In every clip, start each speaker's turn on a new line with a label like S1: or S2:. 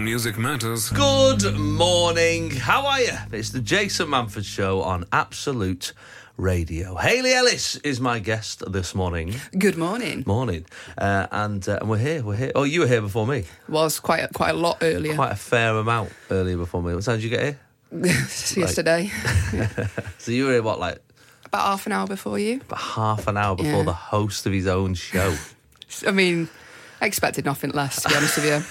S1: music matters.
S2: Good morning. How are you? It's the Jason Manford Show on Absolute Radio. Haley Ellis is my guest this morning.
S3: Good morning.
S2: Morning, uh, and uh, and we're here. We're here. Oh, you were here before me.
S3: Was quite quite a lot earlier
S2: Quite a fair amount earlier before me. What time did you get here?
S3: yesterday.
S2: So you were here what like
S3: About half an hour before you.
S2: about half an hour before
S3: Yeah.
S2: the host of his own show.
S3: I mean, I expected nothing less. To be honest with you,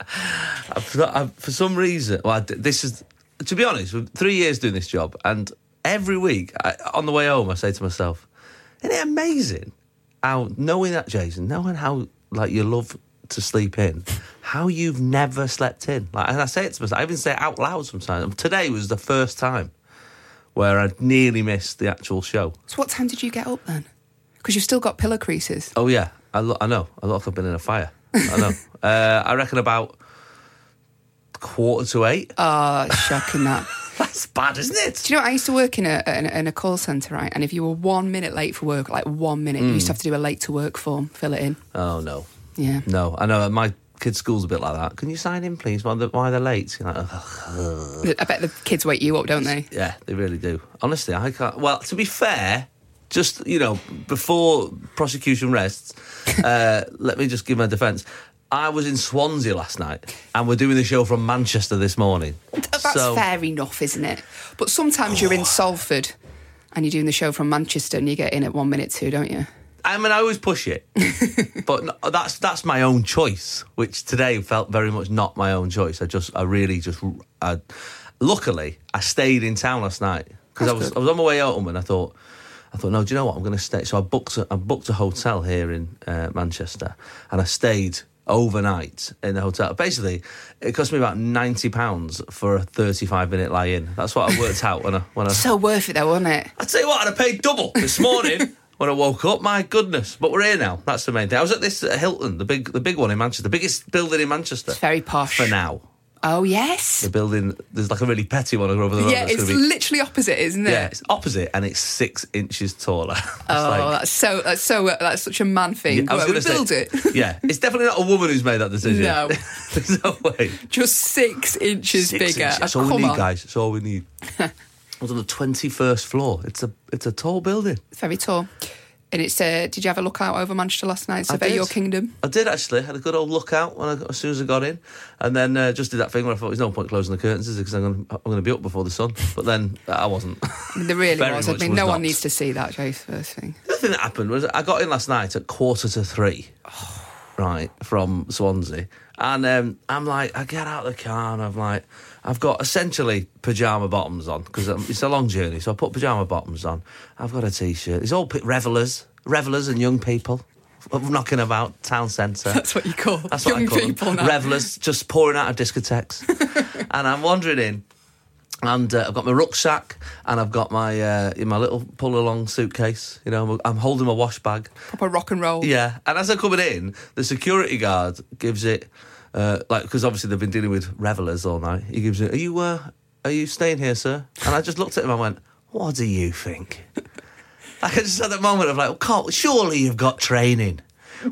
S2: I forgot, I, for some reason, well, I d this is, to be honest, with three years doing this job, and every week I, on the way home, I say to myself, "Isn't it amazing how knowing that Jason, knowing how like you love to sleep in, how you've never slept in?" Like, and I say it to myself, I even say it out loud sometimes. And today was the first time where I nearly missed the actual show.
S3: so what time did you get up then? Because you've still got pillow creases.
S2: Oh yeah, I, lo- I know. I look, I've been in a fire. I know. uh, I reckon about quarter to eight.
S3: Ah, it's shocking that.
S2: That's bad, isn't it?
S3: Do you know what? I used to work in a in a, in a call centre, right? And if you were one minute late for work, like one minute, you used
S2: Mm.
S3: to have to do a late to work form, fill it in.
S2: Oh no.
S3: Yeah.
S2: No, I know. My kids' school's a bit like that. Can you sign in, please? Why they're, why they're late? You're like, "Ugh."
S3: I bet the kids wake you up, don't they?
S2: yeah, they really do. Honestly, I can't. Well, to be fair, just you know, before prosecution rests, uh, let me just give my defence. I was in Swansea last night, and we're doing the show from Manchester this morning.
S3: That's
S2: so, Oh.
S3: fair enough, isn't it? But sometimes you're in Salford and you're doing the show from Manchester and you get in at one minute two, don't you?
S2: I mean, I always push it, but no, that's that's my own choice. Which today felt very much not my own choice. I just, I really just, I, luckily, I stayed in town last night because I was I was on my way home and I thought, I thought, no, do you know what? I'm going to stay. So I booked a, I booked a hotel here in uh, Manchester and I stayed overnight in the hotel. Basically, it cost me about ninety pounds for a thirty-five minute lie-in. That's what I worked out when I when I
S3: So worth it though, wasn't it?
S2: I tell you what, I'd have paid double this morning when I woke up. My goodness! But we're here now. That's the main thing. I was at this uh, Hilton, the big, the big one in Manchester, the biggest building in Manchester.
S3: It's very posh.
S2: for now.
S3: Oh yes.
S2: The building there's like a really petty one over the road.
S3: Yeah,
S2: that's
S3: it's
S2: gonna be-
S3: literally opposite, isn't it?
S2: yeah, it's opposite and it's six inches taller. It's
S3: Oh,
S2: like-
S3: that's so that's so uh, that's such a man thing.
S2: I was
S3: Well, we
S2: gonna say-
S3: build it
S2: yeah, it's definitely not a woman who's made that decision.
S3: No.
S2: there's no way.
S3: just six inches
S2: Six
S3: bigger.
S2: inches. That's
S3: Oh,
S2: all we
S3: come
S2: need,
S3: on.
S2: guys. That's all we need. I was on the twenty-first floor. It's a, it's a tall building.
S3: It's very tall. And it's uh, did you have a look out over Manchester last night?
S2: I
S3: Survey
S2: did.
S3: your kingdom.
S2: I did actually. had a good old look out when I, as soon as I got in, and then uh, just did that thing where I thought there's no point closing the curtains because I'm going I'm going to be up before the sun. But then uh, I wasn't.
S3: I mean, there really
S2: Very
S3: was. I
S2: much
S3: mean,
S2: was
S3: no
S2: not.
S3: one needs to see that, Joe's first thing.
S2: the other thing that happened was I got in last night at quarter to three, right from Swansea, and um, I'm like, I get out of the car and I'm like, I've got essentially pajama bottoms on because it's a long journey, so I put pajama bottoms on. I've got a t-shirt. It's all p- revelers, revelers and young people. Knocking about town centre.
S3: That's what you call
S2: That's
S3: young
S2: what I call
S3: people
S2: them.
S3: now.
S2: Revelers just pouring out of discotheques. and I'm wandering in, and uh, I've got my rucksack, and I've got my uh, in my little pull along suitcase. You know, I'm holding my wash bag.
S3: Proper rock and roll.
S2: Yeah, and as I'm coming in, the security guard gives it, uh, like, because obviously they've been dealing with revelers all night. He gives it, "Are you, uh, are you staying here, sir?" And I just looked at him. I went, "What do you think?" like I just had that moment of like, "Can't surely you've got training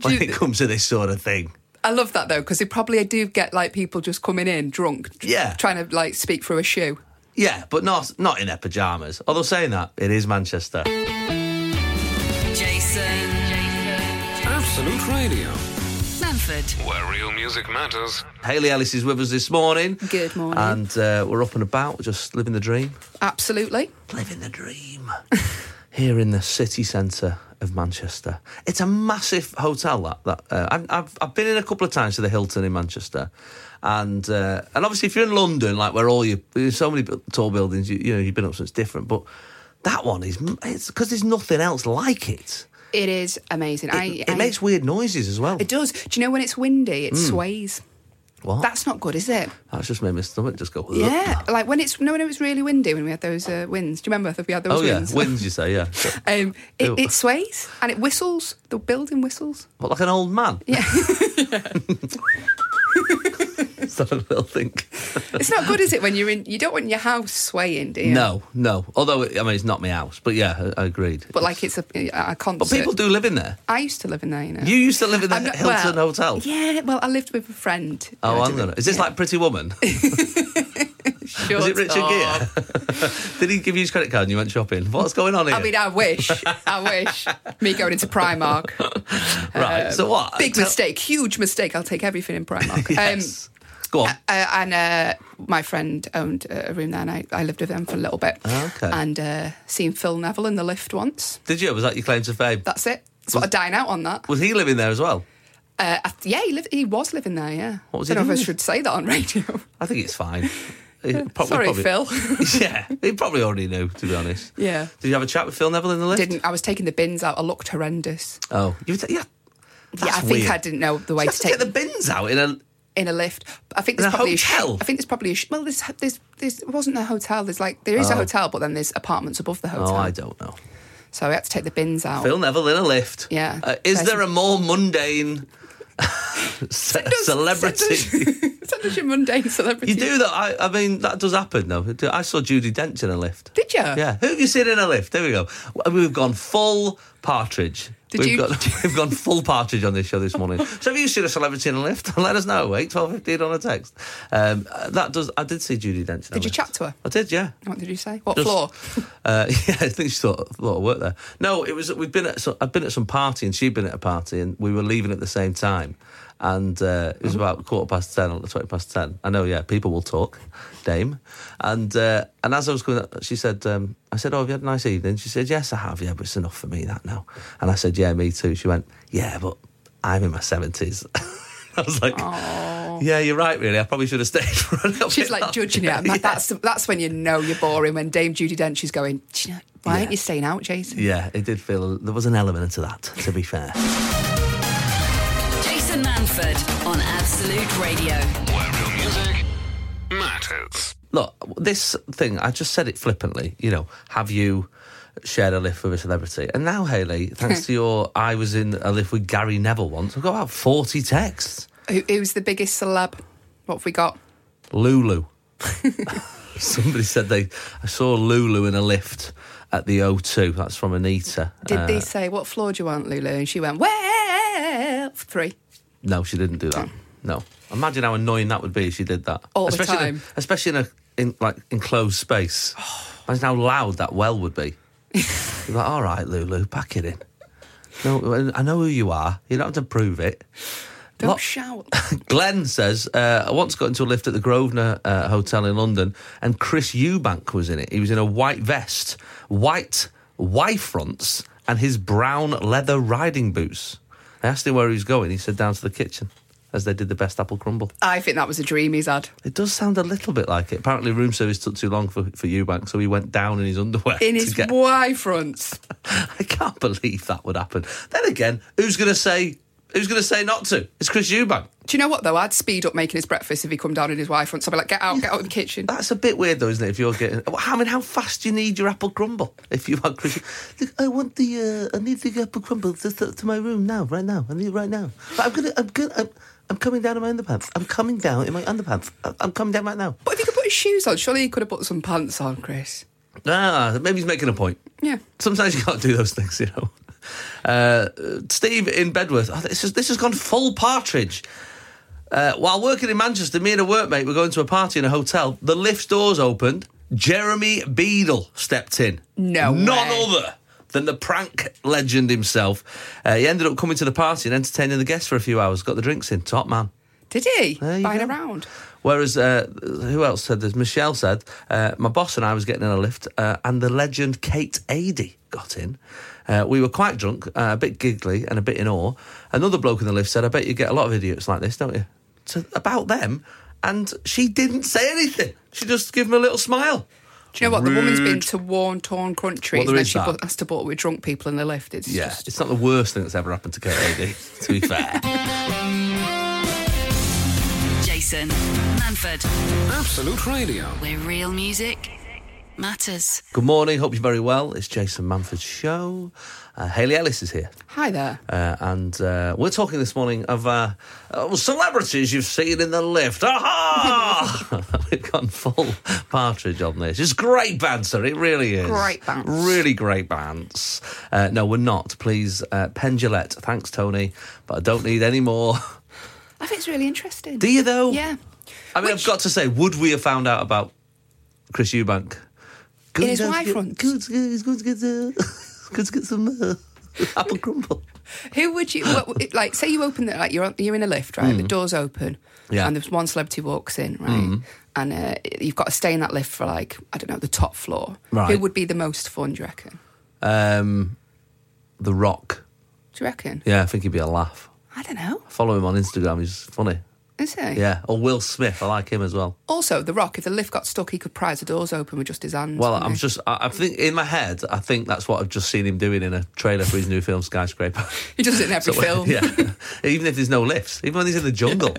S2: when
S3: you-
S2: it comes to this sort of thing."
S3: I love that though because they probably do get like people just coming in drunk, tr-
S2: Yeah.
S3: trying to like speak through a shoe.
S2: Yeah, but not not in their pajamas. Although saying that, it is Manchester.
S4: Jason.
S1: Absolute Radio,
S4: Manford.
S1: where real music matters.
S2: Haley Ellis is with us this morning.
S3: Good morning.
S2: And uh, we're up and about, just living the dream.
S3: Absolutely.
S2: Living the dream. Here in the city centre of Manchester. It's a massive hotel. That that uh, I've, I've I've been in a couple of times to the Hilton in Manchester, and uh, and obviously if you're in London, like where all you there's so many bu- tall buildings, you, you know you've been up, so it's different. But that one is m- it's because there's nothing else like it.
S3: It is amazing. I,
S2: it,
S3: I,
S2: it makes weird noises as well.
S3: It does. Do you know when it's windy, it
S2: Hmm.
S3: sways.
S2: What?
S3: That's not good, is it?
S2: That's just made my stomach just go.
S3: Yeah. Like when it's no, when it was really windy when we had those uh, winds. Do you remember that we had those
S2: Oh yeah,
S3: winds?
S2: winds. You say yeah,
S3: um, it,
S2: Ew.
S3: it sways and it whistles. The building whistles.
S2: but like an old man.
S3: Yeah.
S2: Let's have a little think.
S3: It's not good, is it? When you're in, you don't want your house swaying, do you?
S2: No, no. Although I mean, it's not my house, but yeah, I, I agreed.
S3: But like it's a, a concert.
S2: But people do live in there.
S3: I used to live in there, you know.
S2: You used to live in the
S3: I'm not-
S2: Hilton
S3: well,
S2: Hotel.
S3: Yeah, well, I lived with a friend.
S2: Oh,
S3: I
S2: I'm
S3: didn't-
S2: gonna. Is this
S3: yeah.
S2: like Pretty Woman?
S3: Shut
S2: Was it Richard
S3: up.
S2: Gere? Did he give you his credit card and you went shopping? What's going on here?
S3: I mean, uh, I wish. I wish. Me going into Primark.
S2: right.
S3: Um,
S2: so what?
S3: Big
S2: Tell-
S3: mistake. Huge mistake. I'll take everything in Primark. Um,
S2: Yes. Go on.
S3: uh, and uh, my friend owned a room there, and I, I lived with them for a little bit.
S2: Okay.
S3: And uh, seen Phil Neville in the lift once.
S2: Did you? Was that your claim to fame?
S3: That's it. So I dine out on that.
S2: Was he living there as well?
S3: Uh, I th- yeah, he, lived, he was living there. Yeah.
S2: What was he
S3: I don't know if
S2: doing?
S3: I should say that on radio.
S2: I think it's fine. He probably-
S3: Sorry,
S2: probably-
S3: Phil.
S2: yeah, he probably already knew, to be honest.
S3: Yeah.
S2: Did you have a chat with Phil Neville in the lift?
S3: Didn't I was taking the bins out? I looked horrendous.
S2: Oh, you were ta- yeah.
S3: yeah, I
S2: That's
S3: think I
S2: weird.
S3: didn't know the way
S2: You
S3: to
S2: have to
S3: take
S2: get the bins out in a.
S3: in a lift. I think
S2: In
S3: there's
S2: a
S3: probably sh-
S2: hotel?
S3: I think there's probably a sh- well, there's there's there's it wasn't a hotel. There's like there is a hotel, but then there's apartments above the hotel.
S2: Oh, I don't know.
S3: So we had to take the bins out.
S2: Phil Neville in a lift.
S3: Yeah.
S2: Uh, is
S3: Person-
S2: there a more mundane ce-
S3: Send us-
S2: celebrity?
S3: Send us, send us your mundane celebrity.
S2: You do that. I, I mean, that does happen, though. I saw Judy Dench in a lift.
S3: Did you?
S2: Yeah. Who have you seen in a lift? There we go. We've gone full partridge.
S3: Did
S2: we've,
S3: you-
S2: got, we've gone full partridge on this show this morning. So have you seen a celebrity in a lift? Let us know. Eight twelve fifteen on a text. Um, uh, that does. I did see Judy Dench. in a
S3: Did you
S2: lift.
S3: chat to her?
S2: I did. Yeah.
S3: What did you say? What
S2: Just-
S3: floor?
S2: Uh, yeah, I think she thought a lot of work there. No, it was we've been at so, I've been at some party and she'd been at a party and we were leaving at the same time, and uh, it was about quarter past ten or twenty past ten. I know, yeah, people will talk, Dame, and uh, and as I was going, up, she said, um, I said, oh, have you had a nice evening? She said, yes, I have. Yeah, but it's enough for me that now. And I said, yeah, me too. She went, yeah, but I'm in my seventies. I was like, yeah, you're right. Really, I probably should have stayed for a little
S3: She's
S2: bit
S3: like
S2: longer."
S3: judging you.
S2: Yeah.
S3: That's that's when you know you're boring. When Dame Judy Dench is going, "Do you know, why
S2: Yeah.
S3: aren't you staying out, Jason?
S2: Yeah, it did feel there was an element to that. To be fair,
S4: Jason Manford on Absolute Radio.
S1: Where real music matters.
S2: look, this thing I just said it flippantly. You know, have you shared a lift with a celebrity? And now, Haley, thanks to your, I was in a lift with Gary Neville once. I've got about forty texts.
S3: Who, who's the biggest celeb? What have we got?
S2: Lulu. Somebody said they. I saw Lulu in a lift at the O2. That's from Anita.
S3: Did
S2: Uh,
S3: they say what floor do you want, Lulu? And she went, well, three.
S2: No, she didn't do that. No. Imagine how annoying that would be if she did that.
S3: All the
S2: especially In
S3: time.
S2: a, especially in a in like enclosed space. Imagine how loud that well would be. You're like, all right, Lulu, pack it in. No, I know who you are. You don't have to prove it.
S3: Don't
S2: Lot-
S3: shout.
S2: Glenn says, uh, I once got into a lift at the Grosvenor uh, Hotel in London and Chris Eubank was in it. He was in a white vest, white Y fronts, and his brown leather riding boots. I asked him where he was going. He said, down to the kitchen, as they did the best apple crumble.
S3: I think that was a dream he's had.
S2: It does sound a little bit like it. Apparently, room service took too long for, for Eubank, so he went down in his underwear.
S3: In
S2: to
S3: his
S2: get-
S3: Y fronts.
S2: I can't believe that would happen. Then again, who's going to say. Who's going to say not to? It's Chris Eubank.
S3: Do you know what though? I'd speed up making his breakfast if he come down in his Y front. So I'd be like, get out, get out of the kitchen.
S2: That's a bit weird, though, isn't it? If you're getting, Well, I mean, how fast do you need your apple crumble if you are Christian? Look, I want the, uh, I need the apple crumble to, to, to my room now, right now. I need it right now. But I'm gonna, I'm gonna, I'm, I'm coming down in my underpants. I'm coming down in my underpants. I- I'm coming down right now.
S3: But if he could put his shoes on, surely he could have put some pants on, Chris.
S2: Ah, maybe he's making a point.
S3: Yeah.
S2: Sometimes you can't do those things, you know. Uh, Steve in Bedworth. Oh, this, is, this has gone full partridge. Uh, while working in Manchester, me and a workmate were going to a party in a hotel. The lift doors opened. Jeremy Beadle stepped in.
S3: No
S2: None
S3: way.
S2: other than the prank legend himself. Uh, he ended up coming to the party and entertaining the guests for a few hours. Got the drinks in. Top man.
S3: Did he?
S2: you go.
S3: Buying around.
S2: Whereas, uh, who else said this? Michelle said, uh, my boss and I was getting in a lift, uh, and the legend KateAdy got in. Uh, we were quite drunk, uh, a bit giggly, and a bit in awe. Another bloke in the lift said, I bet you get a lot of idiots like this, don't you? So, about them. And she didn't say anything. She just gave him a little smile.
S3: Do you know what? The woman's been to worn, torn countries
S2: Well, there
S3: and then
S2: is
S3: she
S2: that.
S3: bu- has to put with drunk people in the lift. It's
S2: Yeah,
S3: just
S2: it's not the worst thing that's ever happened to KateAdy, to be fair.
S4: Jason Manford,
S1: Absolute Radio.
S4: where real music matters.
S2: Good morning. Hope you're very well. It's Jason Manford's show. Uh, Haley Ellis is here.
S3: Hi there.
S2: Uh, and uh, we're talking this morning of uh, uh, celebrities you've seen in the lift. Aha! We've gone full partridge on this. It's great banter. It really is.
S3: Great bants.
S2: Really great bants. Uh, no, we're not. Please, uh, Pen Gillette. Thanks, Tony. But I don't need any more.
S3: I think it's really interesting.
S2: Do you, though?
S3: Yeah.
S2: I mean, I've got to say, would we have found out about Chris Eubank?
S3: In his wife runs.
S2: Good, good, good, good, good, good, good, some uh, apple crumble.
S3: Who would you what, it- like? Say you open the like you're you're in a lift, right? The doors open,
S2: Mm. Yeah. Mm.
S3: and there's one celebrity walks in, right? And uh, you've got to stay in that lift for like I don't know the top floor.
S2: Right.
S3: Who would be the most fun? Do you reckon?
S2: Um, the Rock.
S3: Do you reckon?
S2: Yeah, I think he'd be a laugh.
S3: I don't know.
S2: Follow him on Instagram. He's funny.
S3: Is he?
S2: Yeah, or Will Smith. I like him as well.
S3: Also, The Rock. If the lift got stuck, he could prise the doors open with just his hands.
S2: Well,
S3: couldn't
S2: I'm
S3: he?
S2: just. I, I think in my head, I think that's what I've just seen him doing in a trailer for his new film Skyscraper.
S3: He does it in every
S2: So,
S3: film.
S2: Yeah. even if there's no lifts, even when he's in the jungle.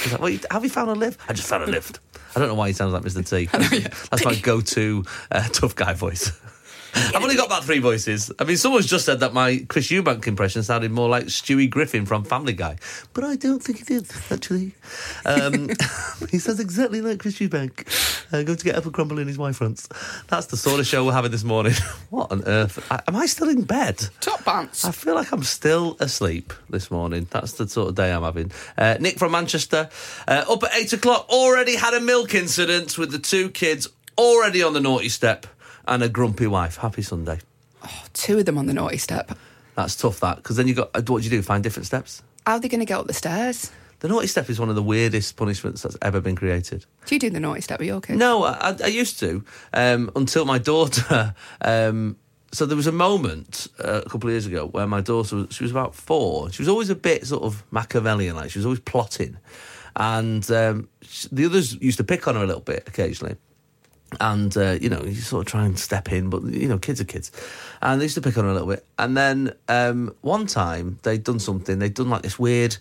S2: He's like, "Well, you- have you found a lift? I just found a lift. I don't know why he sounds like Mr. T. That's my go to uh, tough guy voice. I've only got about three voices. I mean, someone's just said that my Chris Eubank impression sounded more like Stewie Griffin from Family Guy, but I don't think it is, actually. Um, he sounds exactly like Chris Eubank. Uh, going to get up and crumble in his wife fronts. That's the sort of show we're having this morning. what on earth? I, am I still in bed?
S3: Top pants.
S2: I feel like I'm still asleep this morning. That's the sort of day I'm having. Uh, Nick from Manchester, uh, up at eight o'clock, already had a milk incident with the two kids, already on the naughty step, and a grumpy wife. Happy Sunday.
S3: Two of them on the naughty step.
S2: That's tough, that, because then you got, uh, what do you do? Find different steps?
S3: How are they going to get up the stairs?
S2: The naughty step is one of the weirdest punishments that's ever been created.
S3: Do you do the naughty step with your kids?
S2: No, I, I- I used to um, until my daughter. Um, so there was a moment uh, a couple of years ago where my daughter was, she was about four. She was always a bit sort of Machiavellian, like she was always plotting, and um, sh the others used to pick on her a little bit occasionally. And uh, you know, you sort of try and step in, but you know, kids are kids, and they used to pick on her a little bit. And then um, one time they'd done something. They'd done like this weird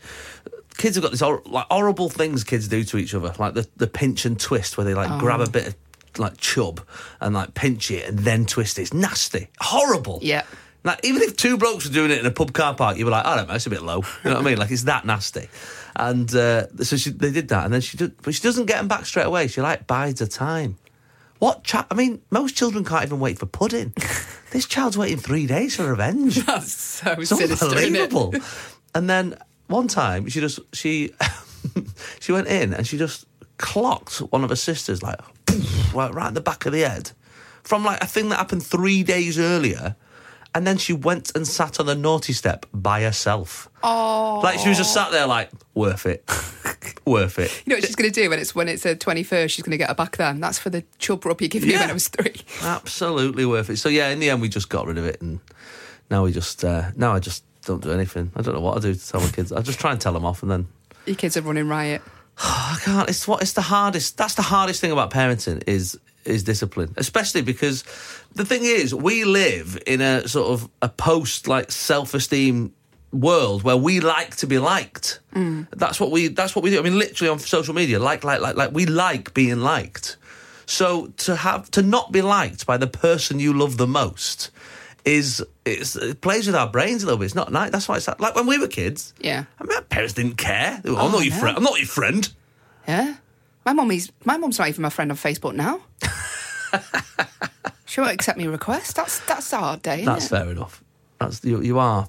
S2: kids have got these hor- like horrible things kids do to each other, like the, the pinch and twist, where they like grab a bit of like chub and like pinch it and then twist it. It's nasty, horrible.
S3: Yeah.
S2: Like even if two blokes were doing it in a pub car park, you'd be like, I don't know, it's a bit low. You know what I mean? Like it's that nasty. And uh, so she, they did that, and then she did, but she doesn't get them back straight away. She like bides her time. What child? I mean, most children can't even wait for pudding. this child's waiting three days for revenge.
S3: That's so
S2: It's
S3: sinister. isn't it?
S2: unbelievable. and then one time she just she she went in and she just clocked one of her sisters like poof, like right in the back of the head from like a thing that happened three days earlier. And then she went and sat on the naughty step by herself. Oh, like she was just sat there, like worth it, worth it.
S3: You know what she's going to do when it's when it's her twenty first? She's going to get her back then. That's for the chub rub you gave me
S2: Yeah.
S3: when I was three.
S2: Absolutely worth it. So yeah, in the end, we just got rid of it, and now we just uh, now I just don't do anything. I don't know what I do to tell my kids. I just try and tell them off, and then
S3: Your kids are running riot.
S2: I can't. It's what it's the hardest. That's the hardest thing about parenting is is discipline, especially because the thing is we live in a sort of a post like self esteem world where we like to be liked.
S3: Mm.
S2: That's what we. That's what we do. I mean, literally on social media, like, like, like, like. We like being liked. So to have to not be liked by the person you love the most is it's, it plays with our brains a little bit. It's not nice. That's why it's like, like when we were kids.
S3: Yeah.
S2: I mean, our parents didn't care. They were, I'm
S3: Oh,
S2: not your
S3: no.
S2: friend. I'm not your friend.
S3: Yeah, my mum is my mum's not even my friend on Facebook now. she won't accept me request. That's that's a hard day. Isn't
S2: That's
S3: it?
S2: fair enough. That's you. You are.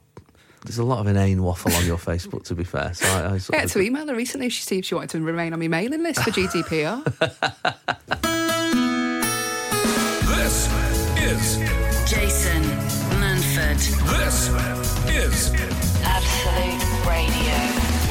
S2: There's a lot of inane waffle on your Facebook, to be fair. So I, I
S3: I
S2: sort
S3: had
S2: of-
S3: to email her recently. She see if she wanted to remain on my mailing list for GDPR.
S1: This is
S4: Jason Manford,
S1: this is
S4: Absolute Radio.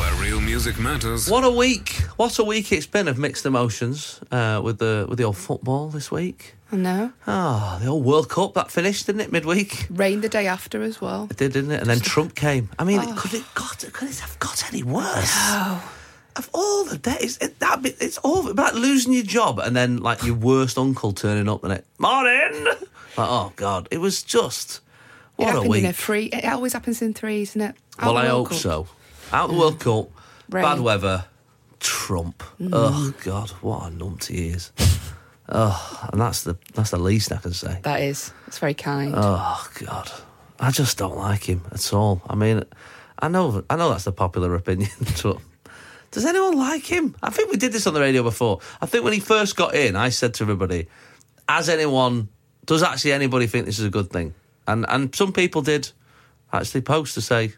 S1: where real music matters.
S2: What a week! What a week it's been of mixed emotions uh, with the with the old football this week.
S3: no,
S2: Ah, the old World Cup that finished, didn't it? Midweek.
S3: rain the day after as well.
S2: It did, didn't it? And then Trump came. I mean,
S3: Oh.
S2: it could it got could it have got any worse? Of all the days, it, that bit, it's all about losing your job and then like your worst uncle turning up and it morning. Like, oh god, it was just
S3: It
S2: what a
S3: happened
S2: week.
S3: in a three. It always happens in threes, isn't it? Oh, Out
S2: Well,
S3: the
S2: I
S3: World
S2: hope
S3: Cup. Mm.
S2: so. Out the World Cup,
S3: Rain. Mm.
S2: bad weather, Trump. Oh God, what a numpty he is. Oh, and that's the that's the least I can say.
S3: That is. It's very kind.
S2: Oh God, I just don't like him at all. I mean, I know I know that's the popular opinion, but does anyone like him? I think we did this on the radio before. I think when he first got in, I said to everybody, "Has anyone? Does actually anybody think this is a good thing?" And and some people did actually post to say.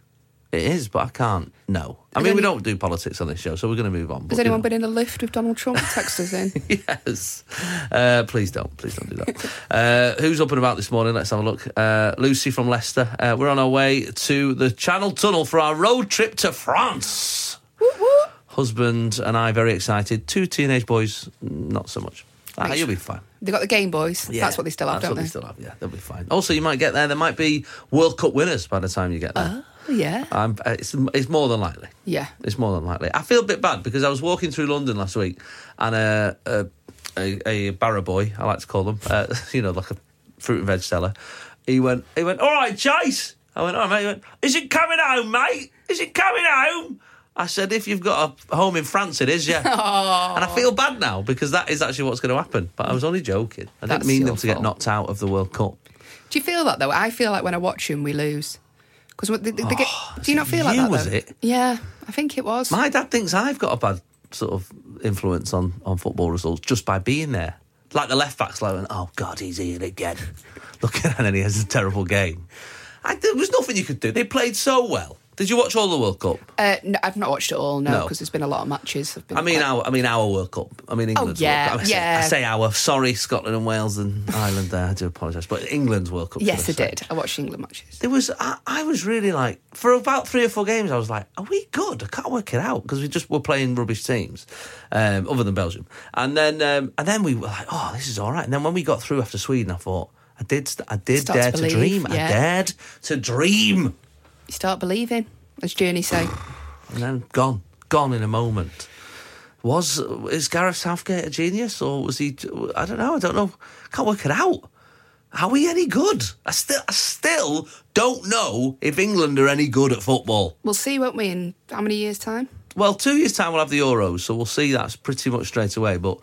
S2: It is, but I can't. No, I
S3: Has
S2: mean we
S3: any-
S2: don't do politics on this show, so we're going to move on. but,
S3: Has
S2: you
S3: anyone
S2: know.
S3: been in a lift with Donald Trump? Text us in.
S2: yes. Uh, please don't. Please don't do that. uh, who's up and about this morning? Let's have a look. Uh, Lucy from Leicester. Uh, we're on our way to the Channel Tunnel for our road trip to France. Husband and I very excited. Two teenage boys, not so much. Ah,
S3: Right.
S2: you'll be fine.
S3: They got the Game Boys.
S2: Yeah,
S3: That's what they still have,
S2: that's
S3: don't
S2: what
S3: they?
S2: they still have. Yeah, they'll be fine. Also, you might get there. There might be World Cup winners by the time you get there.
S3: Oh, yeah.
S2: I'm, uh, it's, it's more than likely.
S3: Yeah.
S2: It's more than likely. I feel a bit bad because I was walking through London last week and a, a, a, a barra boy, I like to call them, uh, you know, like a fruit and veg seller, he went, he went, all right, Chase. I went, all right, mate. He went, is it coming home, mate? Is it coming home? I said, if you've got a home in France, it is, yeah. And I feel bad now because that is actually what's going to happen. But I was only joking. I
S3: That's
S2: didn't mean
S3: your
S2: them to get
S3: fault.
S2: knocked out of the World Cup.
S3: Do you feel that though? I feel like when I watch him, we lose. Because they, they, they get. Do you not feel like
S2: you,
S3: that?
S2: was
S3: though?
S2: it?
S3: Yeah, I think it was.
S2: My dad thinks I've got a bad sort of influence on, on football results just by being there. Like the left back's like, oh God, he's here again. Look at him, and he has a terrible game. I, there was nothing you could do. They played so well. Did you watch all the World Cup?
S3: uh, no, I've not watched it all. No,
S2: No.
S3: because there's been a lot of matches. I've been
S2: I mean,
S3: quite-
S2: our I mean our World Cup. I mean England's
S3: Oh, yeah,
S2: World Cup. I say,
S3: yeah.
S2: I say our. Sorry, Scotland and Wales and Ireland. There, I do apologise, but England's World Cup.
S3: yes, I
S2: should say.
S3: did. I watched England matches.
S2: There was I, I was really like for about three or four games I was like, are we good? I can't work it out because we just were playing rubbish teams, um, other than Belgium. And then um, and then we were like, oh, this is all right. And then when we got through after Sweden, I thought I did st- I did
S3: Start to
S2: dare to,
S3: believe,
S2: dream. I
S3: yeah.
S2: dared to dream.
S3: You start believing, as Journey say.
S2: And then gone, gone in a moment. Was is Gareth Southgate a genius or was he? I don't know. I don't know. Can't work it out. Are we any good? I still, I still don't know if England are any good at football.
S3: We'll see, won't we? In how many years' time?
S2: Well, two years' time we'll have the Euros, so we'll see. That's pretty much straight away. But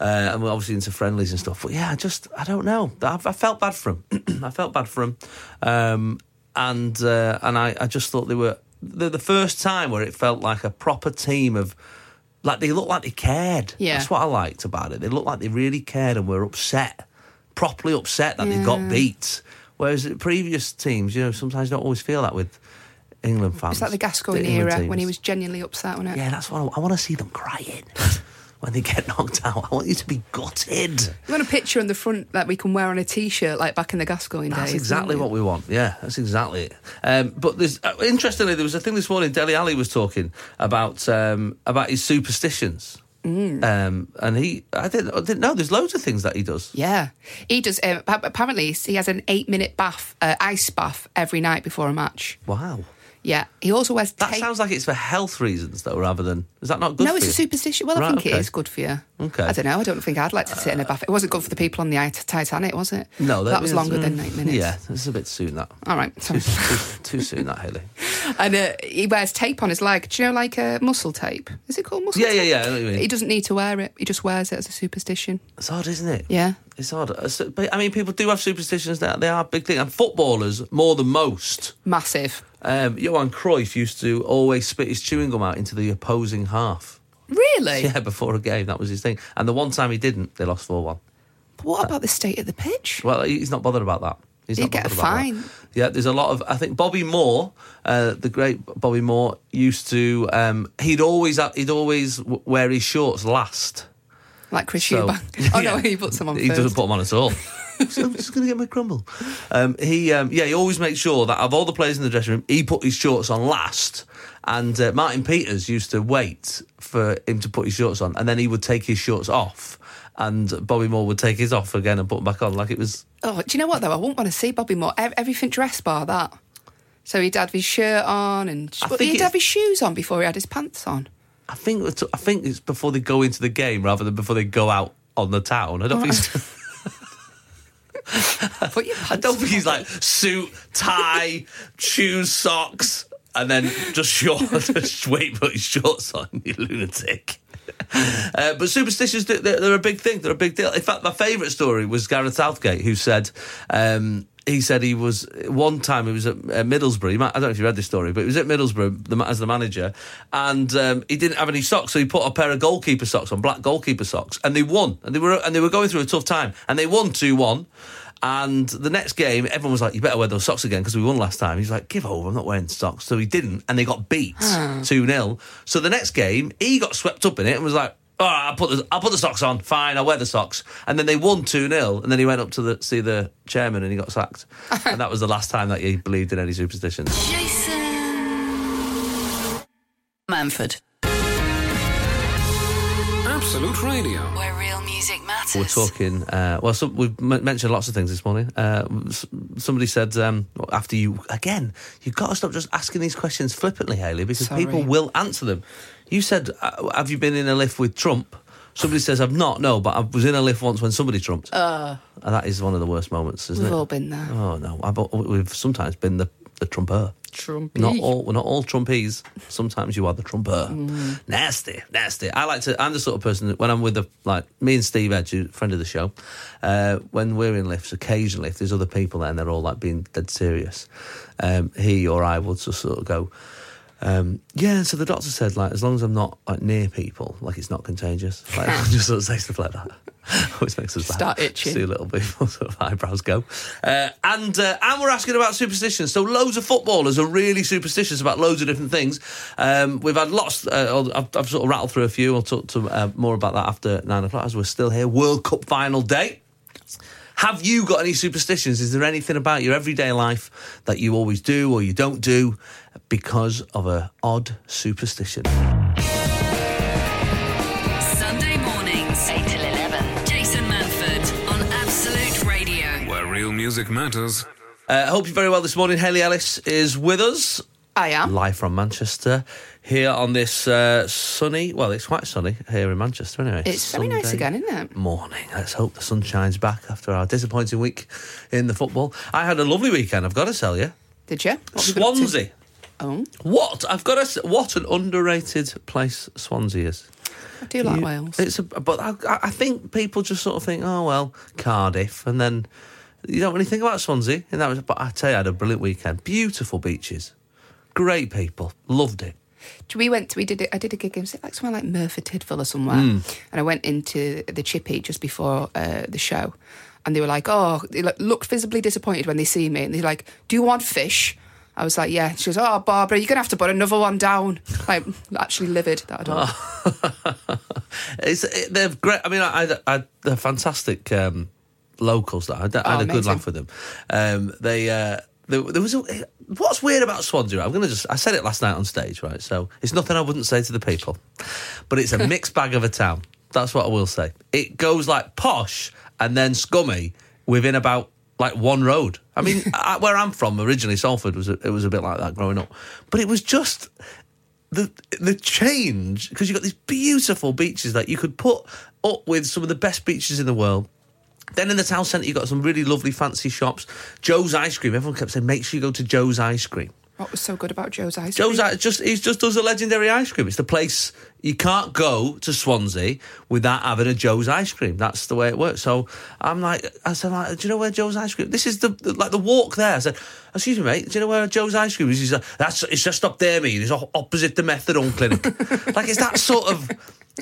S2: uh, and we're obviously into friendlies and stuff. But yeah, I just I don't know. I, I felt bad for him. I felt bad for him, um, and uh, and I, I just thought they were the, the first time where it felt like a proper team of. Like they looked like they cared.
S3: Yeah.
S2: That's what I liked about it. They looked like they really cared and were upset, properly upset that they got
S3: Yeah.
S2: beat. Whereas the previous teams, you know, sometimes you don't always feel that with England fans.
S3: It's like the Gascoigne
S2: England
S3: era when he
S2: teams.
S3: was genuinely upset, wasn't it?
S2: Yeah, that's what I, want to see them crying when they get knocked out. I want you to be gutted.
S3: You want a picture on the front that we can wear on a T-shirt, like back in the Gascoigne days.
S2: That's
S3: don't
S2: exactly
S3: you?
S2: what we want. Yeah, that's exactly it. Um, but there's, uh, interestingly, there was a thing this morning. Deli Ali was talking about um, about his superstitions,
S3: Mm.
S2: um, and he I didn't, I didn't know. There's loads of things that he does.
S3: Yeah, he does. Um, ap- apparently, he has an eight-minute bath, uh, ice bath, every night before a match.
S2: Wow,
S3: Yeah, he also wears.
S2: that
S3: tape-
S2: sounds like it's for health reasons though, rather than is that not good?
S3: no,
S2: for
S3: it's
S2: you?
S3: a superstition. Well, I
S2: Right,
S3: think
S2: okay.
S3: it is good for you.
S2: Okay.
S3: I don't know. I don't think I'd like to sit in a bath. It wasn't good for the people on the I- Titanic, was it?
S2: No,
S3: that, was longer than
S2: mm,
S3: eight minutes.
S2: Yeah, it's a bit soon that.
S3: All right.
S2: Too,
S3: Sorry.
S2: too, too soon that, Haley.
S3: and uh, he wears tape on his leg. Do you know, like uh, muscle tape? Is it called muscle?
S2: Yeah, yeah,
S3: tape?
S2: yeah, I know what you mean.
S3: He doesn't need to wear it. He just wears it as a superstition.
S2: It's odd, isn't it?
S3: Yeah.
S2: It's odd. Uh, so- But I mean, people do have superstitions now. They are a big thing. And footballers, more than most.
S3: Massive.
S2: Um, Johan Cruyff used to always spit his chewing gum out into the opposing half.
S3: Really?
S2: Yeah, before a game. That was his thing. And the one time he didn't, they lost 4 1.
S3: But what about the state of the pitch?
S2: Well, he- he's not bothered about that. He's
S3: He'd
S2: not
S3: get a
S2: bothered about that.
S3: fine.
S2: Yeah, there's a lot of. I think Bobby Moore, uh, the great Bobby Moore, used to. Um, he'd always he'd always w- wear his shorts last.
S3: Like Chris
S2: So-
S3: Eubank. Oh no,
S2: Yeah.
S3: he puts them on
S2: He
S3: first.
S2: doesn't put them on at all. so I'm just going to get my crumble. Um, he, um, yeah, he always makes sure that of all the players in the dressing room, he put his shorts on last. And uh, Martin Peters used to wait for him to put his shorts on, and then he would take his shorts off, and Bobby Moore would take his off again and put them back on, like it was.
S3: Oh, do you know what though? I wouldn't want to see Bobby Moore. Ev- everything dress bar that. So he'd have his shirt on, and
S2: I
S3: but
S2: think
S3: he'd
S2: it's-
S3: have his shoes on before he had his pants on.
S2: I think it's, I think it's before they go into the game rather than before they go out on the town. I don't think. it's-
S3: Put your pants
S2: I don't think he's like suit, tie, shoes, socks, and then just short, just wait, put his shorts on, you lunatic. Uh, but superstitions, they- they're, they're a big thing. They're a big deal. In fact, my favourite story was Gareth Southgate, who said, um, he said he was one time he was at uh, Middlesbrough. You might, I don't know if you read this story, but he was at Middlesbrough the, ma- as the manager, and um, he didn't have any socks, so he put a pair of goalkeeper socks on, black goalkeeper socks, and they won. And they were and they were going through a tough time, and they won two one. And the next game, everyone was like, "You better wear those socks again because we won last time." He's like, "Give over, I'm not wearing socks." So he didn't, and they got beat two 0 So the next game, he got swept up in it and was like, "All right, I'll put the I'll put the socks on. Fine, I'll wear the socks." And then they won two 0 and then he went up to the see the chairman and he got sacked. and that was the last time that he believed in any superstitions.
S4: Jason Manford,
S1: Absolute Radio.
S4: where real music matters.
S2: We're talking. Uh, well, some, we've m- mentioned lots of things this morning. Uh, s- somebody said um, after you again, you've got to stop just asking these questions flippantly, Haley, because
S3: Sorry.
S2: people will answer them. You said, uh, "Have you been in a lift with Trump?" Somebody says, "I've not, no, but I was in a lift once when somebody trumped." and that is one of the worst moments, isn't
S3: Uh. We've
S2: it?
S3: all been there.
S2: Oh no, I've, al- we've sometimes been the the trumper.
S3: Trumpy.
S2: Not all, we're not all trumpees. Sometimes you are the trumper. Nasty, nasty. I like to. I'm the sort of person that when I'm with the like me and Steve Edge, who's a friend of the show, uh, when we're in lifts, occasionally if there's other people there and they're all like being dead serious, um, he or I will just sort of go. Um, yeah, so the doctor said like as long as I'm not like near people, like it's not contagious. Like I'll just sort of say stuff like that. Always makes us laugh.
S3: Start itching.
S2: See little people sort of eyebrows go. Uh, and uh, and we're asking about superstitions. So loads of footballers are really superstitious about loads of different things. Um, we've had lots. Uh, I've, I've sort of rattled through a few. I'll talk to uh, more about that after nine o'clock as we're still here. World Cup final day. Have you got any superstitions? Is there anything about your everyday life that you always do or you don't do because of a odd superstition? Uh,
S4: Sunday mornings, 8 till 11. Jason Manford on Absolute Radio.
S1: Where real music matters.
S2: Uh, I hope you're very well this morning. Haley Ellis is with us.
S3: I am.
S2: live from Manchester here on this uh, sunny. Well, it's quite sunny here in Manchester anyway.
S3: It's very nice
S2: Sunday
S3: again, isn't it?
S2: Morning. Let's hope the sun shines back after our disappointing week in the football. I had a lovely weekend. I've got to tell you,
S3: Did you? What have you been up to?
S2: Swansea.
S3: Oh,
S2: What I've got to. s- What an underrated place Swansea is.
S3: I do like
S2: You-
S3: Wales.
S2: It's a, but I, I think people just sort of think, oh well, Cardiff, and then you don't really think about Swansea. And that was, but I tell you, I had a brilliant weekend. Beautiful beaches, great people, loved it.
S3: We went. To, we did. it. I did a gig. in- Was it like somewhere like Merthyr Tydfil or somewhere?
S2: Hmm.
S3: And I went into the chippy just before uh, the show, and they were like, "Oh," they like, looked visibly disappointed when they see me, and they're like, "Do you want fish?" I was like, "Yeah." She goes, "Oh, Barbara, you're gonna have to put another one down." Like, actually livid that I don't.
S2: Ah. it's it, they're great. I mean, I, I, I they're fantastic um, locals. That I, had- I had
S3: Oh,
S2: a good
S3: amazing.
S2: laugh with them. Um, they. Uh, there, there was a, what's weird about Swansea. I'm gonna just. I said it last night on stage, right? So it's nothing I wouldn't say to the people, but it's a mixed bag of a town. That's what I will say. It goes like posh and then scummy within about like one road. I mean, I, where I'm from originally, Salford was a, it was a bit like that growing up, but it was just the the change because you've got these beautiful beaches that you could put up with some of the best beaches in the world. Then in the town centre, you've got some really lovely fancy shops. Joe's Ice Cream. Everyone kept saying, make sure you go to Joe's Ice Cream.
S3: What was so good about Joe's ice?
S2: Joe's
S3: cream?
S2: Ice just he's just does a legendary ice cream. It's the place you can't go to Swansea without having a Joe's Ice Cream. That's the way it works. So I'm like, I said, like, do you know where Joe's Ice Cream? This is the like the walk there. I said, excuse me, mate. Do you know where Joe's Ice Cream is? He's like, that's it's just up there, mate. It's o- opposite the methadone clinic. like it's that sort of.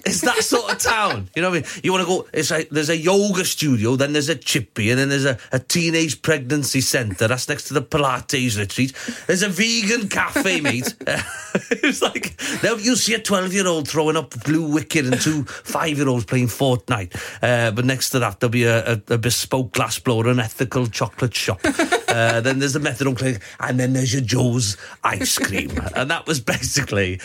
S2: It's that sort of town. You know what I mean? You want to go, it's like there's a yoga studio, then there's a chippy, and then there's a, a teenage pregnancy centre. That's next to the Pilates retreat. There's a vegan cafe, mate. it's like, now you see a 12 year old throwing up Blue Wicked and two five year olds playing Fortnite. Uh, but next to that, there'll be a, a, a bespoke glass blower, an ethical chocolate shop. Uh, then there's the methadone clinic, and then there's your Joe's ice cream. and that was basically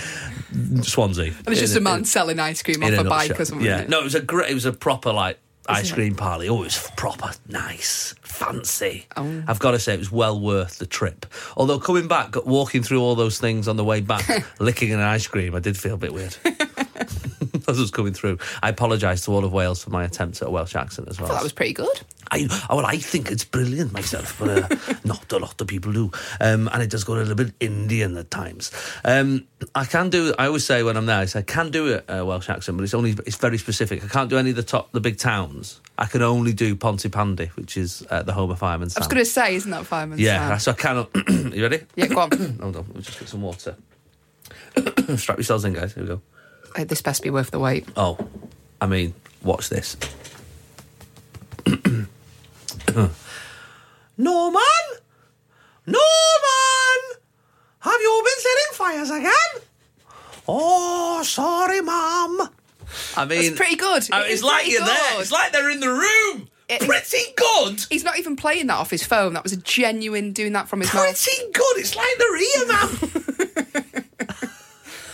S2: Swansea.
S3: And it's just a
S2: In-
S3: man
S2: in-
S3: selling ice cream off
S2: in
S3: a
S2: nutshell.
S3: bike or something.
S2: Yeah, no, it was a great. It was a proper like ice
S3: it?
S2: cream parley. Oh, it was proper nice, fancy.
S3: Oh.
S2: I've got to say, it was well worth the trip. Although coming back, go- walking through all those things on the way back, licking an ice cream, I did feel a bit weird. As I was coming through, I apologise to all of Wales for my attempt at a Welsh accent as well.
S3: Well, that was pretty good.
S2: I, oh, well, I think it's brilliant myself, but uh, not a lot of people do. Um, and it does go a little bit Indian at times. Um, I can do. I always say when I'm there, I say I can do a, a Welsh accent, but it's only it's very specific. I can't do any of the top the big towns. I can only do Pontypandy, which is uh, the home of firemen's.
S3: I was
S2: town.
S3: going to say, isn't that fireman's
S2: Yeah,
S3: Sound?
S2: so I cannot. you ready?
S3: Yeah, go on.
S2: Hold on, we'll just get some water. Strap yourselves in, guys. Here we go.
S3: Uh, this best be worth the wait.
S2: Oh, I mean, watch this. Norman! Norman! Have you been setting fires again? Oh, sorry, Mum. I mean,
S3: That's pretty good.
S2: I-
S3: It
S2: it's
S3: is
S2: like
S3: pretty
S2: you're there.
S3: good.
S2: It's like they're in the room.
S3: It is-
S2: pretty good.
S3: He's not even playing that off his phone. That was a genuine doing that from his mouth.
S2: Pretty good. It's like they're here, Mum.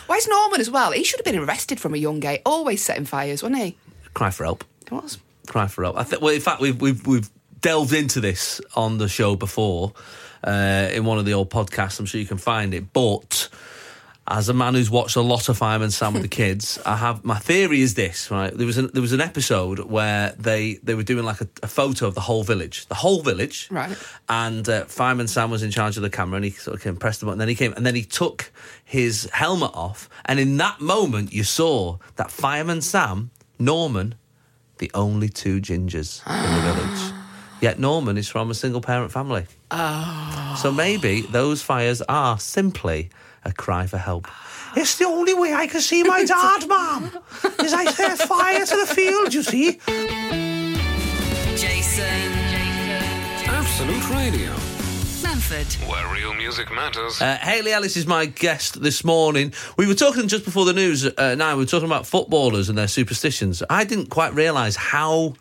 S3: Why is Norman as well? He should have been arrested from a young age. Always setting fires, wasn't he?
S2: Cry for help.
S3: He was.
S2: cry for help. I think. Well, in fact, we've we've we've delved into this on the show before uh, in one of the old podcasts. I'm sure you can find it. But as a man who's watched a lot of Fireman Sam with the kids, I have my theory is this. Right, there was an, there was an episode where they they were doing like a, a photo of the whole village, the whole village,
S3: Right.
S2: and uh, Fireman Sam was in charge of the camera, and he sort of came, pressed the button, then he came, and then he took his helmet off, and in that moment, you saw that Fireman Sam, Norman, the only two gingers in the village. Yet Norman is from a single parent family. So maybe those fires are simply a cry for help. It's the only way I can see my dad, Mum, is I set fire to the field, you see.
S4: Jason. Oh,
S1: Absolute Radio.
S4: Manford.
S1: Where real music matters.
S2: Uh, Haley Ellis is my guest this morning. We were talking just before the news. Uh, now we were talking about footballers and their superstitions. I didn't quite realise how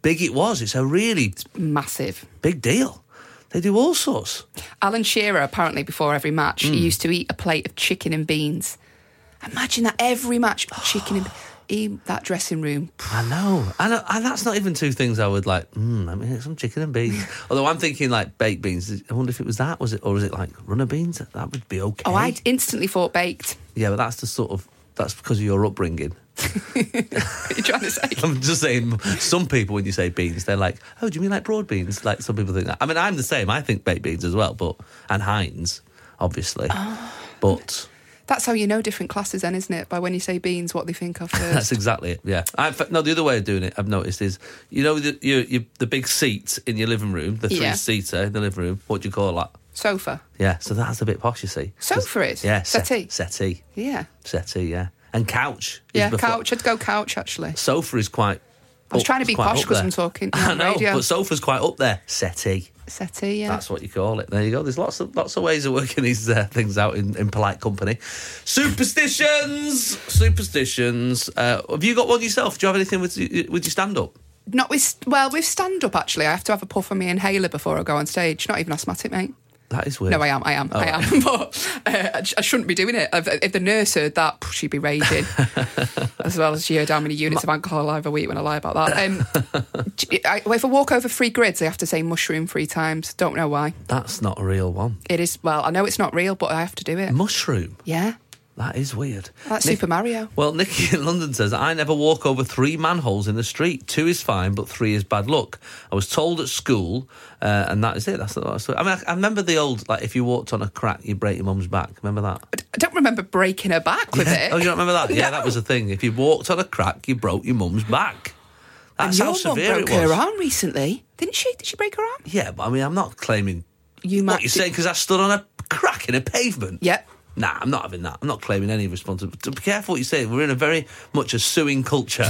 S2: big it was. It's a really
S3: Massive.
S2: big deal. They do all sorts.
S3: Alan Shearer, apparently, before every match,
S2: Hmm.
S3: he used to eat a plate of chicken and beans. Imagine that every match, Oh, chicken and he, that dressing room.
S2: I know, and, uh, and that's not even two things I would like. Mm, I mean, some chicken and beans. Although I'm thinking like baked beans. I wonder if it was that. Was it or is it like runner beans? That would be okay.
S3: Oh, I instantly thought baked.
S2: yeah, but that's the sort of that's because of your upbringing.
S3: What are you trying to say?
S2: I'm just saying, some people when you say beans, they're like, oh, do you mean like broad beans? Like some people think that. I mean, I'm the same. I think baked beans as well, but and Heinz, obviously, but.
S3: That's how you know different classes, then, isn't it? By when you say beans, what they think of first.
S2: That's exactly it. Yeah. I, in fact, no, the other way of doing it, I've noticed is you know the you, you, the big seat in your living room, the three
S3: Yeah.
S2: seater in the living room. What do you call that?
S3: Sofa.
S2: Yeah. So that's a bit posh, you see.
S3: Sofa is?
S2: Yeah. set-
S3: Settee?
S2: Settee.
S3: Yeah.
S2: Settee. Yeah. And couch. is
S3: Yeah,
S2: before-
S3: couch. I'd go couch, actually.
S2: Sofa is quite.
S3: I was
S2: up-
S3: trying to be
S2: quite
S3: posh
S2: up
S3: 'cause
S2: there.
S3: I'm talking
S2: I
S3: on
S2: know,
S3: radio.
S2: but sofa's quite up there. Settee.
S3: Settee, yeah.
S2: That's what you call it. There you go. There's lots of lots of ways of working these uh, things out in, in polite company. Superstitions, superstitions. Uh, have you got one yourself? Do you have anything with y- with your stand up?
S3: Not with, st- well, with stand up, actually. I have to have a puff on my inhaler before I go on stage. Not even asthmatic, mate.
S2: That is weird.
S3: No, I am. I am.
S2: Oh,
S3: I am. But uh, I sh- I shouldn't be doing it. If, if the nurse heard that, pff, she'd be raging. as well as she heard how many units of alcohol I have a week when I lie about that. Um, d- I, if I walk over three grids, I have to say mushroom three times. Don't know why.
S2: That's not a real one.
S3: It is, well, I know it's not real, but I have to do it.
S2: Mushroom.
S3: Yeah.
S2: That is weird.
S3: Like Super Mario.
S2: Well, Nikki in London says, I never walk over three manholes in the street. Two is fine, but three is bad luck. I was told at school, uh, and that is it. That's the last. I mean, I, I remember the old, like, if you walked on a crack, you break your mum's back. Remember that?
S3: I d- I don't remember breaking her back with it.
S2: Oh, you don't remember that? Yeah,
S3: No.
S2: that was a thing. If you walked on a crack, you broke your mum's back.
S3: And
S2: That's
S3: your
S2: how
S3: mum
S2: severe
S3: broke
S2: it was.
S3: her arm recently, didn't she? Did she break her arm?
S2: Yeah, but I mean, I'm not claiming
S3: You
S2: what
S3: might
S2: you're
S3: do-
S2: saying because I stood on a crack in a pavement.
S3: Yep.
S2: Nah, I'm not having that. I'm not claiming any responsibility. Be careful what you say. We're in a very much a suing culture.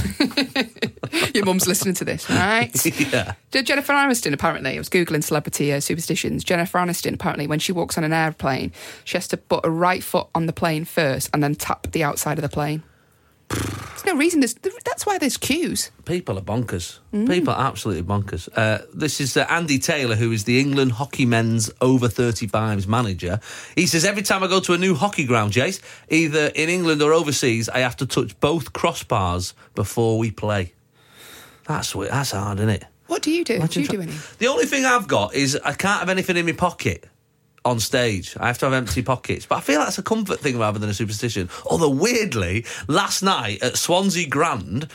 S3: Your mum's listening to this, right?
S2: yeah.
S3: Did Jennifer Aniston apparently? I was googling celebrity uh, superstitions. Jennifer Aniston apparently, when she walks on an airplane, she has to put her right foot on the plane first and then tap the outside of the plane. There's no reason. There's, that's why there's queues.
S2: People are bonkers. People are absolutely bonkers. Uh, this is uh, Andy Taylor, who is the England hockey men's over 35s manager. He says, Every time I go to a new hockey ground, Jace, either in England or overseas, I have to touch both crossbars before we play. That's, wi- that's hard, isn't it?
S3: What do you do?
S2: Imagine
S3: do you do
S2: try-
S3: any?
S2: The only thing I've got is I can't have anything in my pocket on stage. I have to have empty pockets. But I feel that's a comfort thing rather than a superstition. Although weirdly, last night at Swansea Grand,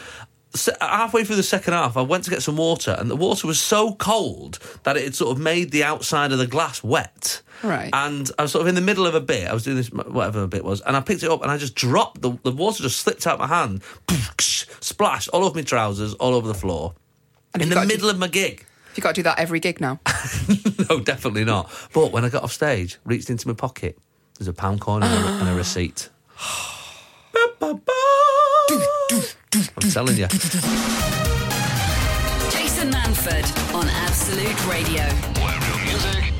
S2: se- halfway through the second half, I went to get some water, and the water was so cold that it had sort of made the outside of the glass wet.
S3: Right.
S2: And I was sort of in the middle of a bit. I was doing this, whatever a bit was, and I picked it up and I just dropped the, the water, just slipped out my hand, splash all over my trousers, all over the floor,
S3: And
S2: in
S3: you
S2: the
S3: got-
S2: middle of my gig.
S3: You got to do that every gig now.
S2: No, definitely not. But when I got off stage, reached into my pocket, there's a pound coin and a, and a receipt. I'm telling you.
S4: Jason Manford on Absolute Radio.
S1: Where real music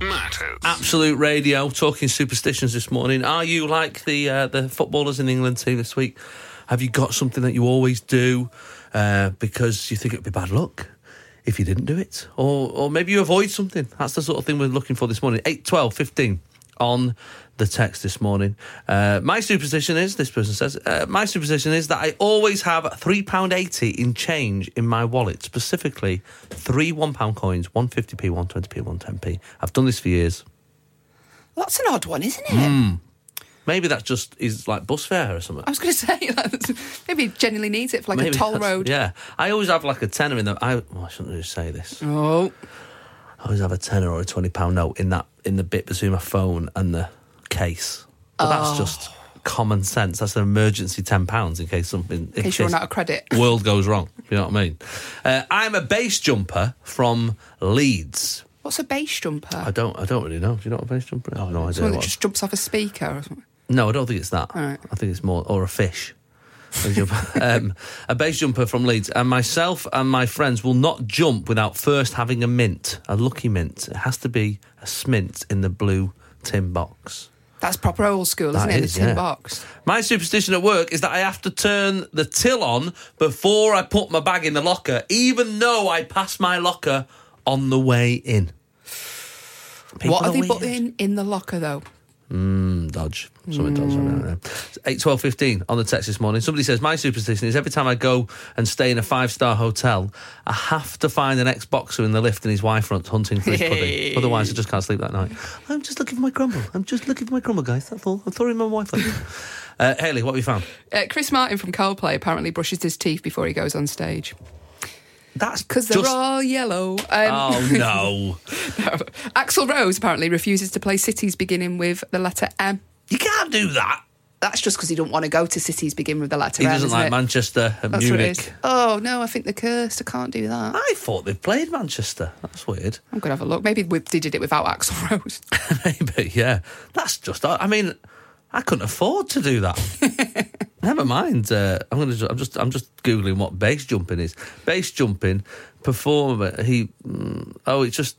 S1: matters.
S2: Absolute Radio talking superstitions this morning. Are you like the uh, the footballers in the England team this week? Have you got something that you always do uh, because you think it would be bad luck if you didn't do it, or or maybe you avoid something? That's the sort of thing we're looking for this morning. 8, 12, 15 on the text this morning. Uh, my superstition is this person says uh, my superstition is that I always have three pound eighty in change in my wallet, specifically three one pound coins, one fifty p, one twenty p, one ten p. I've done this for years.
S3: Well, that's an odd one, isn't it?
S2: Maybe that's just is like bus fare or something.
S3: I was going to say, like, that's- maybe he genuinely needs it for Oh, like
S2: Maybe
S3: a toll
S2: that's-
S3: road.
S2: Yeah, I always have like a tenner in the. I, well, I shouldn't really say this.
S3: Oh,
S2: I always have a tenner or a twenty pound note in that in the bit between my phone and the case. But that's
S3: Oh.
S2: just common sense. That's an emergency ten pounds in case something.
S3: in case you run out of credit.
S2: world goes wrong. You know what I mean? Uh, I'm a base jumper from Leeds.
S3: What's a bass jumper?
S2: I don't. I don't really know. Do you know what a base jumper? is? I have no idea.
S3: Someone that
S2: what-
S3: just jumps off a speaker or something.
S2: No, I don't think it's that.
S3: right.
S2: I think it's more or a fish. A jump- um, a base jumper from Leeds, and myself and my friends will not jump without first having a mint, a lucky mint. It has to be a smint in the blue tin box.
S3: That's proper old school, isn't
S2: That
S3: it?
S2: is,
S3: the tin
S2: yeah.
S3: box.
S2: My superstition at work is that I have to turn the till on before I put my bag in the locker, even though I pass my locker on the way in. People
S3: what are they
S2: weird.
S3: putting in the locker though?
S2: Dodge. Something Dodge. I
S3: Hmm.
S2: don't know. 8, 12, 15 on the text this morning. Somebody says, My superstition is every time I go and stay in a five star hotel, I have to find an ex boxer in the lift and his wife runs hunting for his pudding. Otherwise, I just can't sleep that night. I'm just looking for my crumble. I'm just looking for my crumble, guys. That's all. I'm throwing my wife up. Uh, Haley, what have you found?
S3: Uh, Chris Martin from Coldplay apparently brushes his teeth before he goes on stage
S2: That's
S3: because they're
S2: just-
S3: all yellow. Um,
S2: Oh, no.
S3: Axel Rose apparently refuses to play cities beginning with the letter M.
S2: you can't do that.
S3: That's just because he don't want to go to cities beginning with the letter
S2: He
S3: M.
S2: doesn't
S3: isn't
S2: like
S3: it?
S2: Manchester and
S3: That's what it is.
S2: Munich.
S3: Oh no, I think they're cursed. I can't do that.
S2: I thought they played Manchester. That's weird.
S3: I'm gonna have a look. Maybe we- they did it without Axel Rose.
S2: Maybe, yeah. That's just. I mean, I couldn't afford to do that. Never mind. Uh, I'm gonna. Just, I'm just. I'm just googling what base jumping is. Base jumping performer. He. mm, oh, it's just.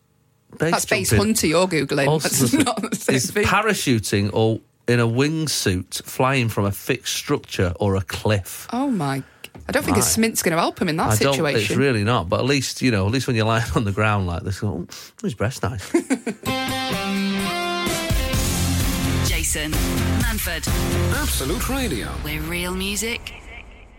S2: Base
S3: That's Base
S2: jumping.
S3: Hunter you're googling.
S2: Also
S3: That's
S2: the-
S3: not the same
S2: is
S3: thing.
S2: parachuting or in a wingsuit flying from a fixed structure or a cliff.
S3: oh my! I don't think a
S2: My.
S3: smint's going to help him in Oh, that
S2: I don't. It's
S3: situation.
S2: really not. But at least you know. At least when you're lying on the ground like this, oh, his breast nice.
S4: Jason Manford,
S1: Absolute Radio.
S4: where real music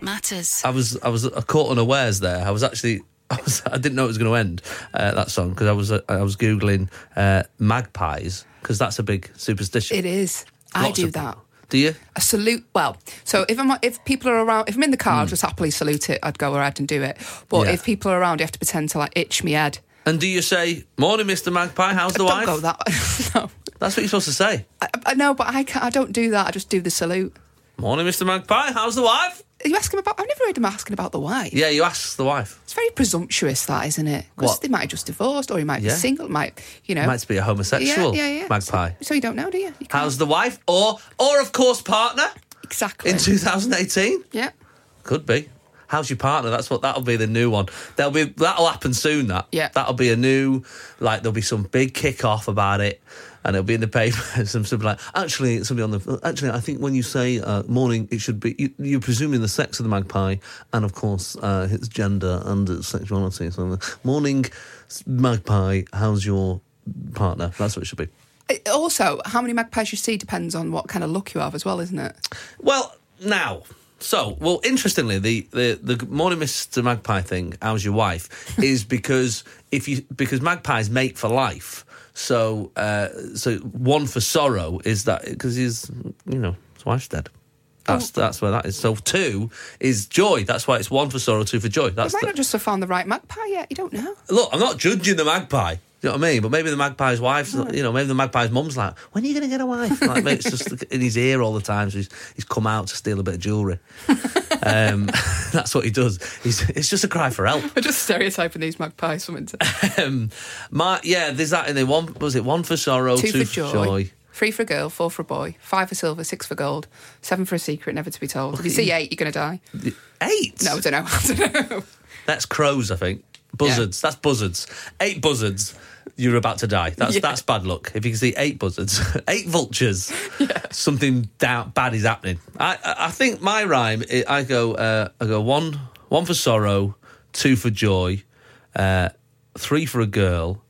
S4: matters.
S2: I was I was caught unawares there. I was actually I was I didn't know it was going to end uh, that song because I was uh, I was googling uh, magpies because that's a big superstition.
S3: It is. I
S2: Lots
S3: do
S2: of
S3: that.
S2: people. Do you?
S3: I salute. Well, so if I'm if people are around, if I'm in the car, I'll just happily salute it. I'd go ahead and do it. But
S2: Hmm. Yeah.
S3: if people are around, you have to pretend to like itch me head.
S2: And do you say morning, Mister Magpie? How's the
S3: don't
S2: wife?
S3: go that. no,
S2: That's what you're supposed to say.
S3: I, I know, but I can't, I don't do that. I just do the salute.
S2: Morning, Mister Magpie. How's the wife?
S3: Are you asking about? I've never heard him asking about the wife.
S2: Yeah, you ask the wife.
S3: It's very presumptuous, that isn't it? Because
S2: What?
S3: they might have just divorced, or he might
S2: Yeah.
S3: be single. Might you know?
S2: Might just be a homosexual
S3: Yeah, yeah, yeah.
S2: magpie.
S3: So, so you don't know, do you? you can't-
S2: How's the wife? Or or of course partner
S3: exactly?
S2: in 2018.
S3: yeah.
S2: Could be. How's your partner? That's what that'll be the new one. There'll be that'll happen soon. That
S3: Yeah.
S2: that'll be a new like there'll be some big kick off about it, and it'll be in the paper. some something like actually it's somebody on the actually I think when you say uh, morning it should be you, you're presuming the sex of the magpie and of course uh, its gender and its sexuality. So morning magpie, how's your partner? That's what it should be.
S3: It- also, how many magpies you see depends on what kind of luck you have as well, isn't it?
S2: Well, now. So, well, interestingly, the, the, the morning Mr. Magpie thing, how's your wife, is because if you because magpies mate for life. So, uh, so one for sorrow is that because he's you know his wife's dead. That's that's where that is. So two is joy. That's why it's one for sorrow, two for joy.
S3: You
S2: That's
S3: might
S2: the-
S3: not just have found the right magpie yet. You don't know.
S2: look. I'm not judging the magpie. You know what I mean? But maybe the magpie's wife's, you know, maybe the magpie's mum's like, when are you going to get a wife? Like, maybe it's just in his ear all the time. So he's, he's come out to steal a bit of jewellery. Um, that's what he does. He's, it's just a cry for help.
S3: We're just stereotyping these magpies. Something
S2: Um, my, yeah, there's that in there. One, was it one for sorrow, two,
S3: two, for joy, three for a girl, four for a boy, five for silver, six for gold, seven for a secret never to be told. If you see eight, you're going to die.
S2: The- Eight?
S3: No, I don't know. I don't know.
S2: That's crows, I think. Buzzards. That's buzzards. Eight buzzards. You're about to die. That's
S3: Yeah.
S2: that's bad luck. If you can see eight buzzards, eight vultures, something down, bad is happening. I I- I think my rhyme. i- I go uh, I go one one for sorrow, two for joy, uh, three for a girl,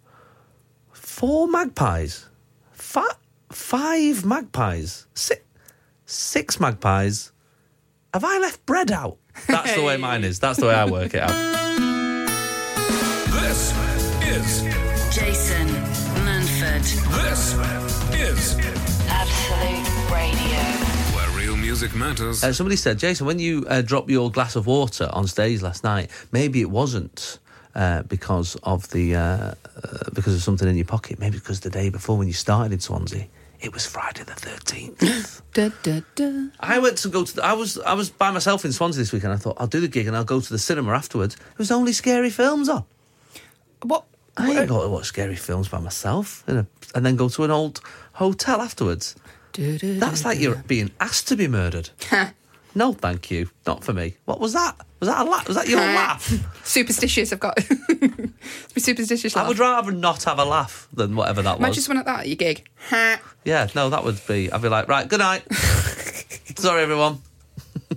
S2: four magpies, fi- five magpies, six six magpies. Have I left bread out? That's the way mine is. That's the way I work it out.
S1: This is
S4: Jason Manford,
S1: this is
S4: Absolute Radio.
S1: where real music matters.
S2: Uh, somebody said, Jason, when you uh, dropped your glass of water on stage last night, maybe it wasn't uh, because of the uh, uh, because of something in your pocket. Maybe because the day before when you started in Swansea, it was Friday the thirteenth.
S3: Da, da, da.
S2: I went to go to. The, I was I was by myself in Swansea this weekend. I thought I'll do the gig and I'll go to the cinema afterwards. There was only scary films on.
S3: What?
S2: I ain't got to watch scary films by myself in a, and then go to an old hotel afterwards.
S3: Da, da,
S2: That's
S3: da,
S2: like
S3: da.
S2: you're being asked to be murdered. no, thank you. Not for me. What was that? Was that a laugh? Was that your laugh?
S3: Superstitious. I've got. it's my superstitious.
S2: I
S3: laugh.
S2: would rather not have a laugh than whatever that
S3: Imagine
S2: was.
S3: someone like that at your gig. Ha.
S2: Yeah, no, that would be. I'd be like, right, good night. Sorry, everyone.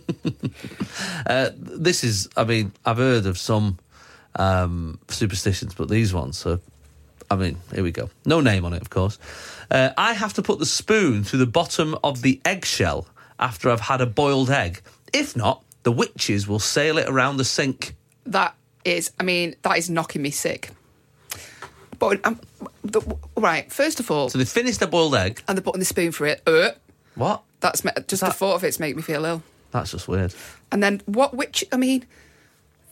S2: uh, this is. I mean, I've heard of some um, superstitions, but these ones are. I mean, here we go. No name on it, of course. Uh, I have to put the spoon through the bottom of the eggshell after I've had a boiled egg. If not, the witches will sail it around the sink.
S3: That is, I mean, that is knocking me sick. But um, the, right, first of all,
S2: So they finish their boiled egg.
S3: and they're putting the spoon for it. Uh,
S2: What?
S3: that's me- just the
S2: That-
S3: thought of it's make me feel ill.
S2: That's just weird.
S3: And then what witch? I mean,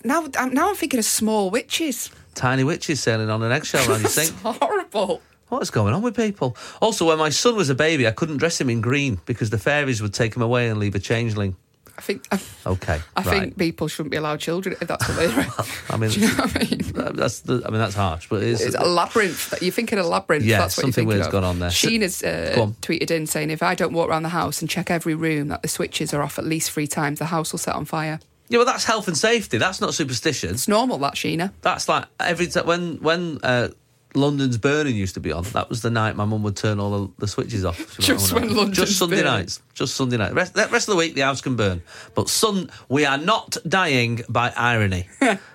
S3: now I'm, now I'm thinking of small witches.
S2: Tiny witches sailing on an eggshell around your
S3: That's
S2: sink.
S3: horrible.
S2: What's going on with people? Also, when my son was a baby, I couldn't dress him in green because the fairies would take him away and leave a changeling.
S3: I think. I,
S2: Okay,
S3: I
S2: right.
S3: think people shouldn't be allowed children if that's what they're.
S2: I mean,
S3: do you know what I mean?
S2: Uh, That's the, I mean that's harsh, but it's,
S3: It's a labyrinth. That- You're thinking a labyrinth.
S2: Yeah,
S3: that's what
S2: something
S3: you're
S2: weird's
S3: thinking of.
S2: gone on there.
S3: Sheen has
S2: Go
S3: uh,
S2: on.
S3: tweeted in saying, "If I don't walk around the house and check every room that the switches are off at least three times, the house will set on fire."
S2: yeah, well that's health and safety. That's not superstition.
S3: It's normal, that Sheena.
S2: That's like every time when when uh, London's Burning used to be on. That was the night my mum would turn all the, the switches off. She went,
S3: Just
S2: "Oh,
S3: when London's
S2: just Sunday
S3: burning."
S2: nights, just Sunday night. Rest, the rest of the week the house can burn, but sun we are not dying by irony.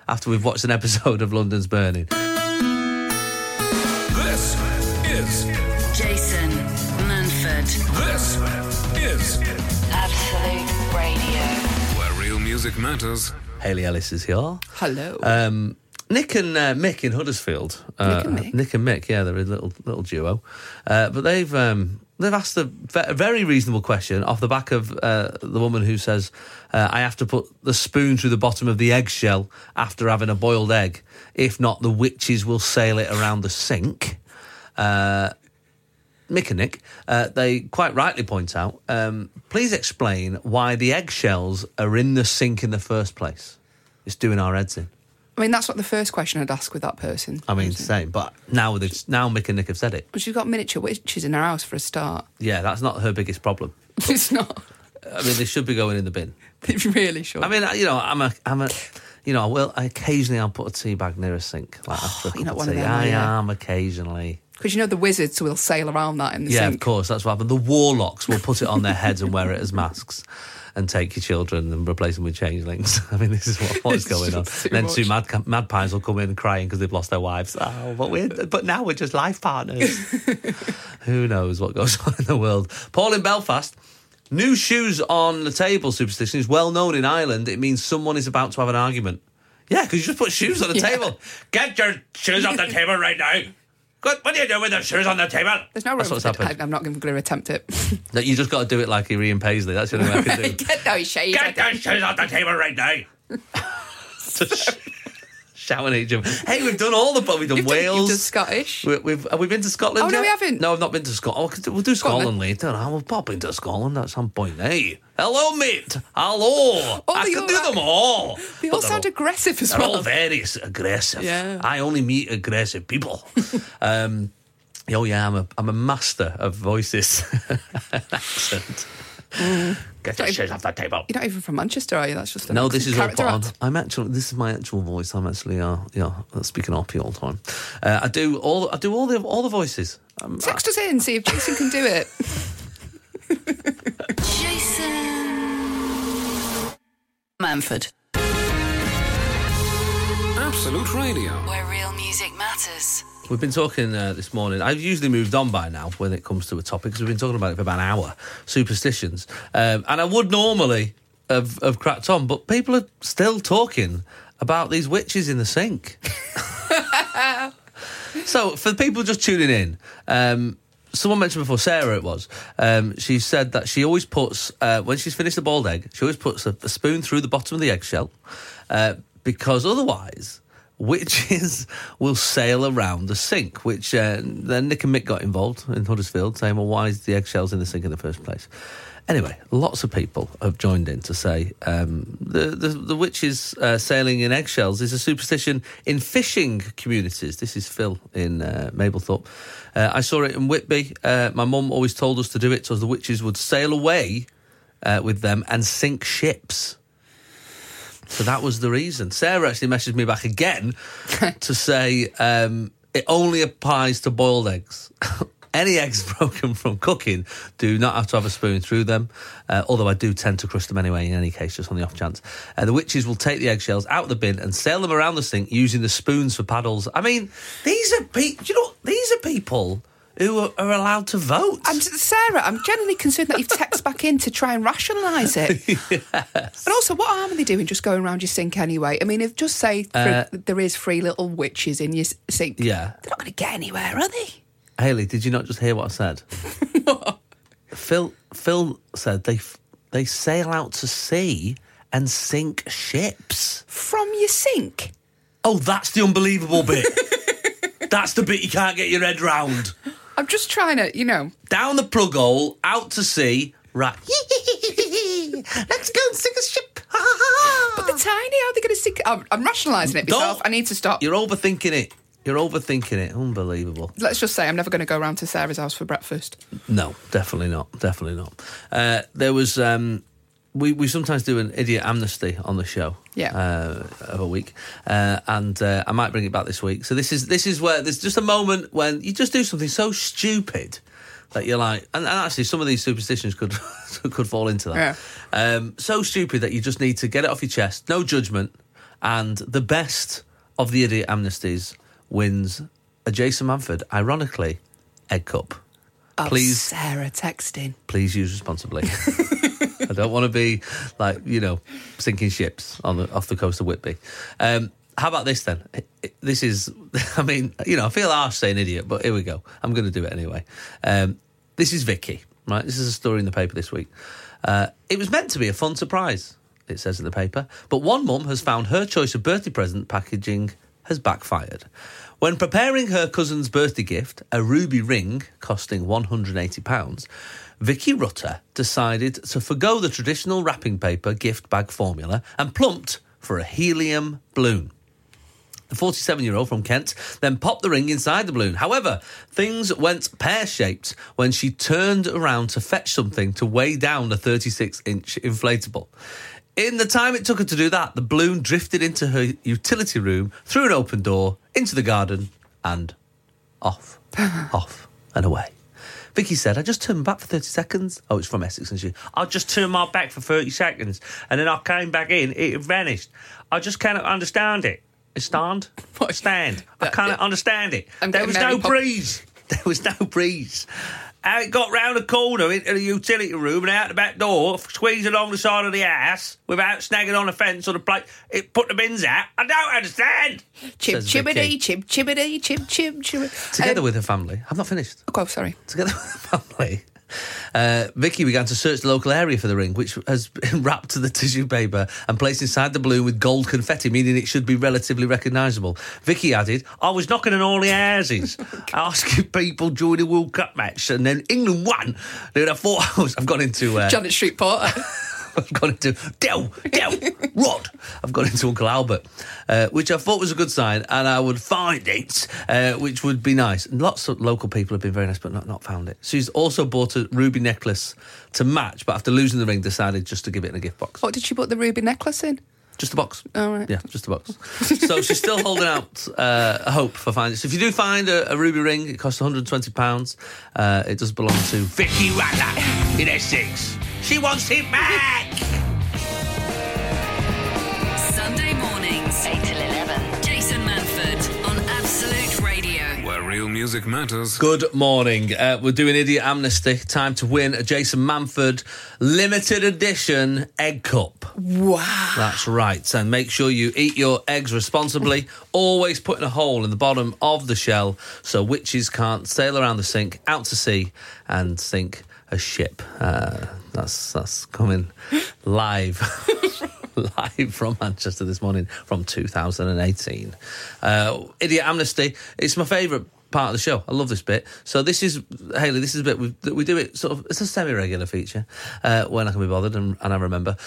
S2: after we've watched an episode of London's Burning.
S1: This is
S4: Jason Manford,
S1: this is
S4: Absolute Radio.
S1: where real music matters.
S2: Haley Ellis is here.
S3: Hello.
S2: Um, Nick and uh, Mick in Huddersfield. Uh,
S3: and Mick?
S2: Mick, yeah, they're a little little duo, uh, but they've um, they've asked a ve- very reasonable question off the back of uh, the woman who says, uh, "I have to put the spoon through the bottom of the eggshell after having a boiled egg. If not, the witches will sail it around the sink." Uh, Mick and Nick, uh, they quite rightly point out. Um, please explain why the eggshells are in the sink in the first place. It's doing our heads in.
S3: I mean, that's not the first question I'd ask with that person.
S2: I mean, same. But now they've now Mick and Nick have said it.
S3: But she's got miniature witches in her house for a start.
S2: Yeah, that's not her biggest problem.
S3: It's not.
S2: I mean, they should be going in the bin.
S3: They really should.
S2: I mean, I- you know, I'm a, I'm a, you know, I will occasionally I'll put a tea bag near a sink, like after a
S3: Oh, you're
S2: cup
S3: not
S2: of
S3: one of
S2: tea.
S3: them, are
S2: I
S3: you?
S2: am occasionally.
S3: because you know the wizards will sail around that in the
S2: Yeah, of
S3: sink.
S2: course, that's what happened. The warlocks will put it on their heads and wear it as masks, and take your children and replace them with changelings. I mean, this is what, what is
S3: It's
S2: going on.
S3: just too
S2: then two mad
S3: much.
S2: magpies will come in crying because they've lost their wives. Oh, but we but now we're just life partners. Who knows what goes on in the world? Paul in Belfast. New shoes on the table superstition is well known in Ireland. It means someone is about to have an argument. Yeah, because you just put shoes on the
S3: Yeah.
S2: table. Get your shoes off the table right now. Good, what do you do with the shoes on the table?
S3: There's no room.
S2: That's what's
S3: for-
S2: happened.
S3: I, am not even going to attempt it.
S2: That you just got to do it like Ian Paisley. That's the only way I can do. it.
S3: Get those shades.
S2: Get those shoes off the table right now. Just Shouting at each other. Hey, we've done all the, but we've done
S3: You've done- you've
S2: Wales.
S3: done Scottish.
S2: We, we've have we been to Scotland?
S3: Oh, no,
S2: yet?
S3: we haven't.
S2: No, I've not been to Scotland. Oh, we'll do
S3: Scotland.
S2: Scotland later. I will pop into Scotland at some point. Hey, hello, mate. Hello. I
S3: Oh, they
S2: can
S3: all-
S2: do them all.
S3: They
S2: But
S3: all
S2: they're
S3: sound aggressive as
S2: they're all
S3: well.
S2: very s- aggressive.
S3: Yeah.
S2: I only meet aggressive people. um, oh yeah, I'm a I'm a master of voices. Accent.
S3: Mm.
S2: Get the
S3: Don't-
S2: shit off that table.
S3: You're not even from Manchester, are you? That's just a
S2: No, this is all
S3: character
S2: put on.
S3: act.
S2: I'm actually this is my actual voice. I'm actually uh, yeah speaking RP all the time. Uh, I do all I do all the all the voices. Um,
S3: Text us in, see if Jason can do it.
S4: Jason Manford,
S1: Absolute Radio.
S4: where real music matters.
S2: We've been talking uh, this morning. I've usually moved on by now when it comes to a topic because we've been talking about it for about an hour. Superstitions, um, and I would normally have, have cracked on, but people are still talking about these witches in the sink. so for people just tuning in, um, someone mentioned before Sarah it was. Um, she said that she always puts uh, when she's finished the boiled egg, she always puts a, a spoon through the bottom of the eggshell uh, because otherwise. Witches will sail around the sink, which uh, then Nick and Mick got involved in Huddersfield, saying, Well, why is the eggshells in the sink in the first place? Anyway, lots of people have joined in to say um, the, the the witches uh, sailing in eggshells is a superstition in fishing communities. This is Phil in uh, Mablethorpe. Uh, I saw it in Whitby. Uh, my mum always told us to do it, so the witches would sail away uh, with them and sink ships. So that was the reason. Sarah actually messaged me back again to say um, it only applies to boiled eggs. Any eggs broken from cooking do not have to have a spoon through them, uh, although I do tend to crush them anyway, in any case, just on the off chance. Uh, the witches will take the eggshells out of the bin and sail them around the sink using the spoons for paddles. I mean, these are people, you know, these are people who are, are allowed to vote.
S3: I'm, Sarah, I'm genuinely concerned that you've texted back in to try and rationalise it. And also, what harm are they doing just going around your sink anyway? I mean, if just say three- there is three little witches in your s- sink.
S2: Uh, Yeah.
S3: They're not going to get anywhere, are they?
S2: Haley, did you not just hear what I said? Phil Phil said they f- they sail out to sea and sink ships.
S3: From your sink.
S2: Oh, that's the unbelievable bit. that's the bit you can't get your head round.
S3: I'm just trying to, you know.
S2: Down the plug hole, out to sea, right. Let's go and sink a ship.
S3: But they're tiny. How are they going to sink? I'm, I'm rationalising it
S2: Don't-
S3: myself. I need to stop.
S2: You're overthinking it. You're overthinking it. Unbelievable.
S3: Let's just say I'm never going to go round to Sarah's house for breakfast.
S2: No, definitely not. Definitely not. Uh, there was. Um, we, we sometimes do an idiot amnesty on the show,
S3: Yeah.
S2: uh, of a week, uh, and uh, I might bring it back this week. So this is this is where there's just a moment when you just do something so stupid that you're like, and, and actually some of these superstitions could could fall into that. Um, so stupid that you just need to get it off your chest, no judgment, and the best of the idiot amnesties wins a Jason Manford, ironically, egg cup.
S3: Oh,
S2: Please
S3: Sarah texting.
S2: please use responsibly. I don't want to be like you know sinking ships on the off the coast of Whitby. Um, how about this then? It- it- This is, I mean, you know, I feel harsh saying idiot, but here we go. I'm going to do it anyway. Um, this is Vicky, right? This is a story in the paper this week. Uh, it was meant to be a fun surprise, it says in the paper, but one mum has found her choice of birthday present packaging has backfired. When preparing her cousin's birthday gift, a ruby ring costing £180, Vicky Rutter decided to forgo the traditional wrapping paper gift bag formula and plumped for a helium balloon. The 47 year old from Kent then popped the ring inside the balloon. However, things went pear shaped when she turned around to fetch something to weigh down the 36 inch inflatable. In the time it took her to do that, the balloon drifted into her utility room through an open door, into the garden, and off, off, and away. Vicky said, I just turned my back for 30 seconds. Oh, it's from Essex, and she, I just turned my back for 30 seconds, and then I came back in, it had vanished. I just cannot understand it. Stand? Stand. I
S3: That-
S2: cannot understand it.
S3: I'm
S2: there was
S3: getting Mary
S2: no
S3: Pop-
S2: breeze. There was no breeze. How it got round a corner into the utility room and out the back door, squeezed along the side of the house without snagging on a fence or the plate, it put the bins out. I don't understand.
S3: Chib
S2: Says the
S3: chibbity,
S2: kid.
S3: chib chibbity, chib chib chibbity.
S2: Together with her family, I'm not finished.
S3: Oh, sorry.
S2: Together with her family, uh, Vicky began to search the local area for the ring, which has been wrapped to the tissue paper and placed inside the balloon with gold confetti, meaning it should be relatively recognisable. Vicky added, I was knocking on all the houses, asking people during the World Cup match, and then England won. Then I thought I was, I've gone into. Uh,
S3: Janet Street Porter.
S2: I've gone into Dell, Dell, Rod. I've gone into Uncle Albert, uh, which I thought was a good sign, and I would find it, uh, which would be nice. And lots of local people have been very nice, but not, not found it. She's also bought a ruby necklace to match, but after losing the ring, decided just to give it in a gift box.
S3: what did she put the ruby necklace in?
S2: Just a box.
S3: All right.
S2: Yeah, just a box. so she's still holding out uh, hope for finding it. So if you do find a, a ruby ring, it costs £120. Uh, it does belong to Vicky Rattler in Essex. She wants it back!
S4: Sunday mornings, 8 till 11. Jason Manford on Absolute Radio.
S1: Where real music matters.
S2: Good morning. Uh, we're doing Idiot Amnesty. Time to win a Jason Manford limited edition egg cup.
S3: Wow.
S2: That's right. And make sure you eat your eggs responsibly. Always putting a hole in the bottom of the shell so witches can't sail around the sink out to sea and sink a ship. Uh, that's that's coming live. Live from Manchester this morning from 2018. Uh, Idiot Amnesty. It's my favourite part of the show. I love this bit. So this is Haley. This is a bit we, we do it sort of. It's a semi-regular feature uh, when I can be bothered and, and I remember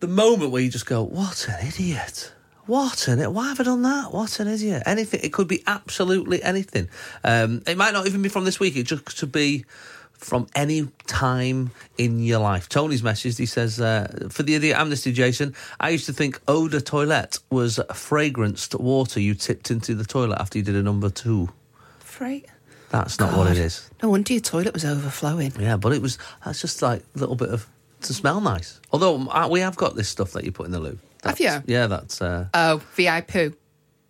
S2: the moment where you just go, "What an idiot! What an why have I done that? What an idiot!" Anything. It could be absolutely anything. Um, it might not even be from this week. It just could be from any time in your life. Tony's message. He says, uh, "For the idiot amnesty, Jason, I used to think eau de toilette was fragranced water you tipped into the toilet after you did a number two.
S3: Freight.
S2: That's not what it is.
S3: No wonder your toilet was overflowing.
S2: Yeah, but it was. That's just like a little bit of to smell nice. Although um, uh, we have got this stuff that you put in the loo.
S3: Have
S2: That's-
S3: you?
S2: Yeah, that's. Uh,
S3: Oh, VI poo.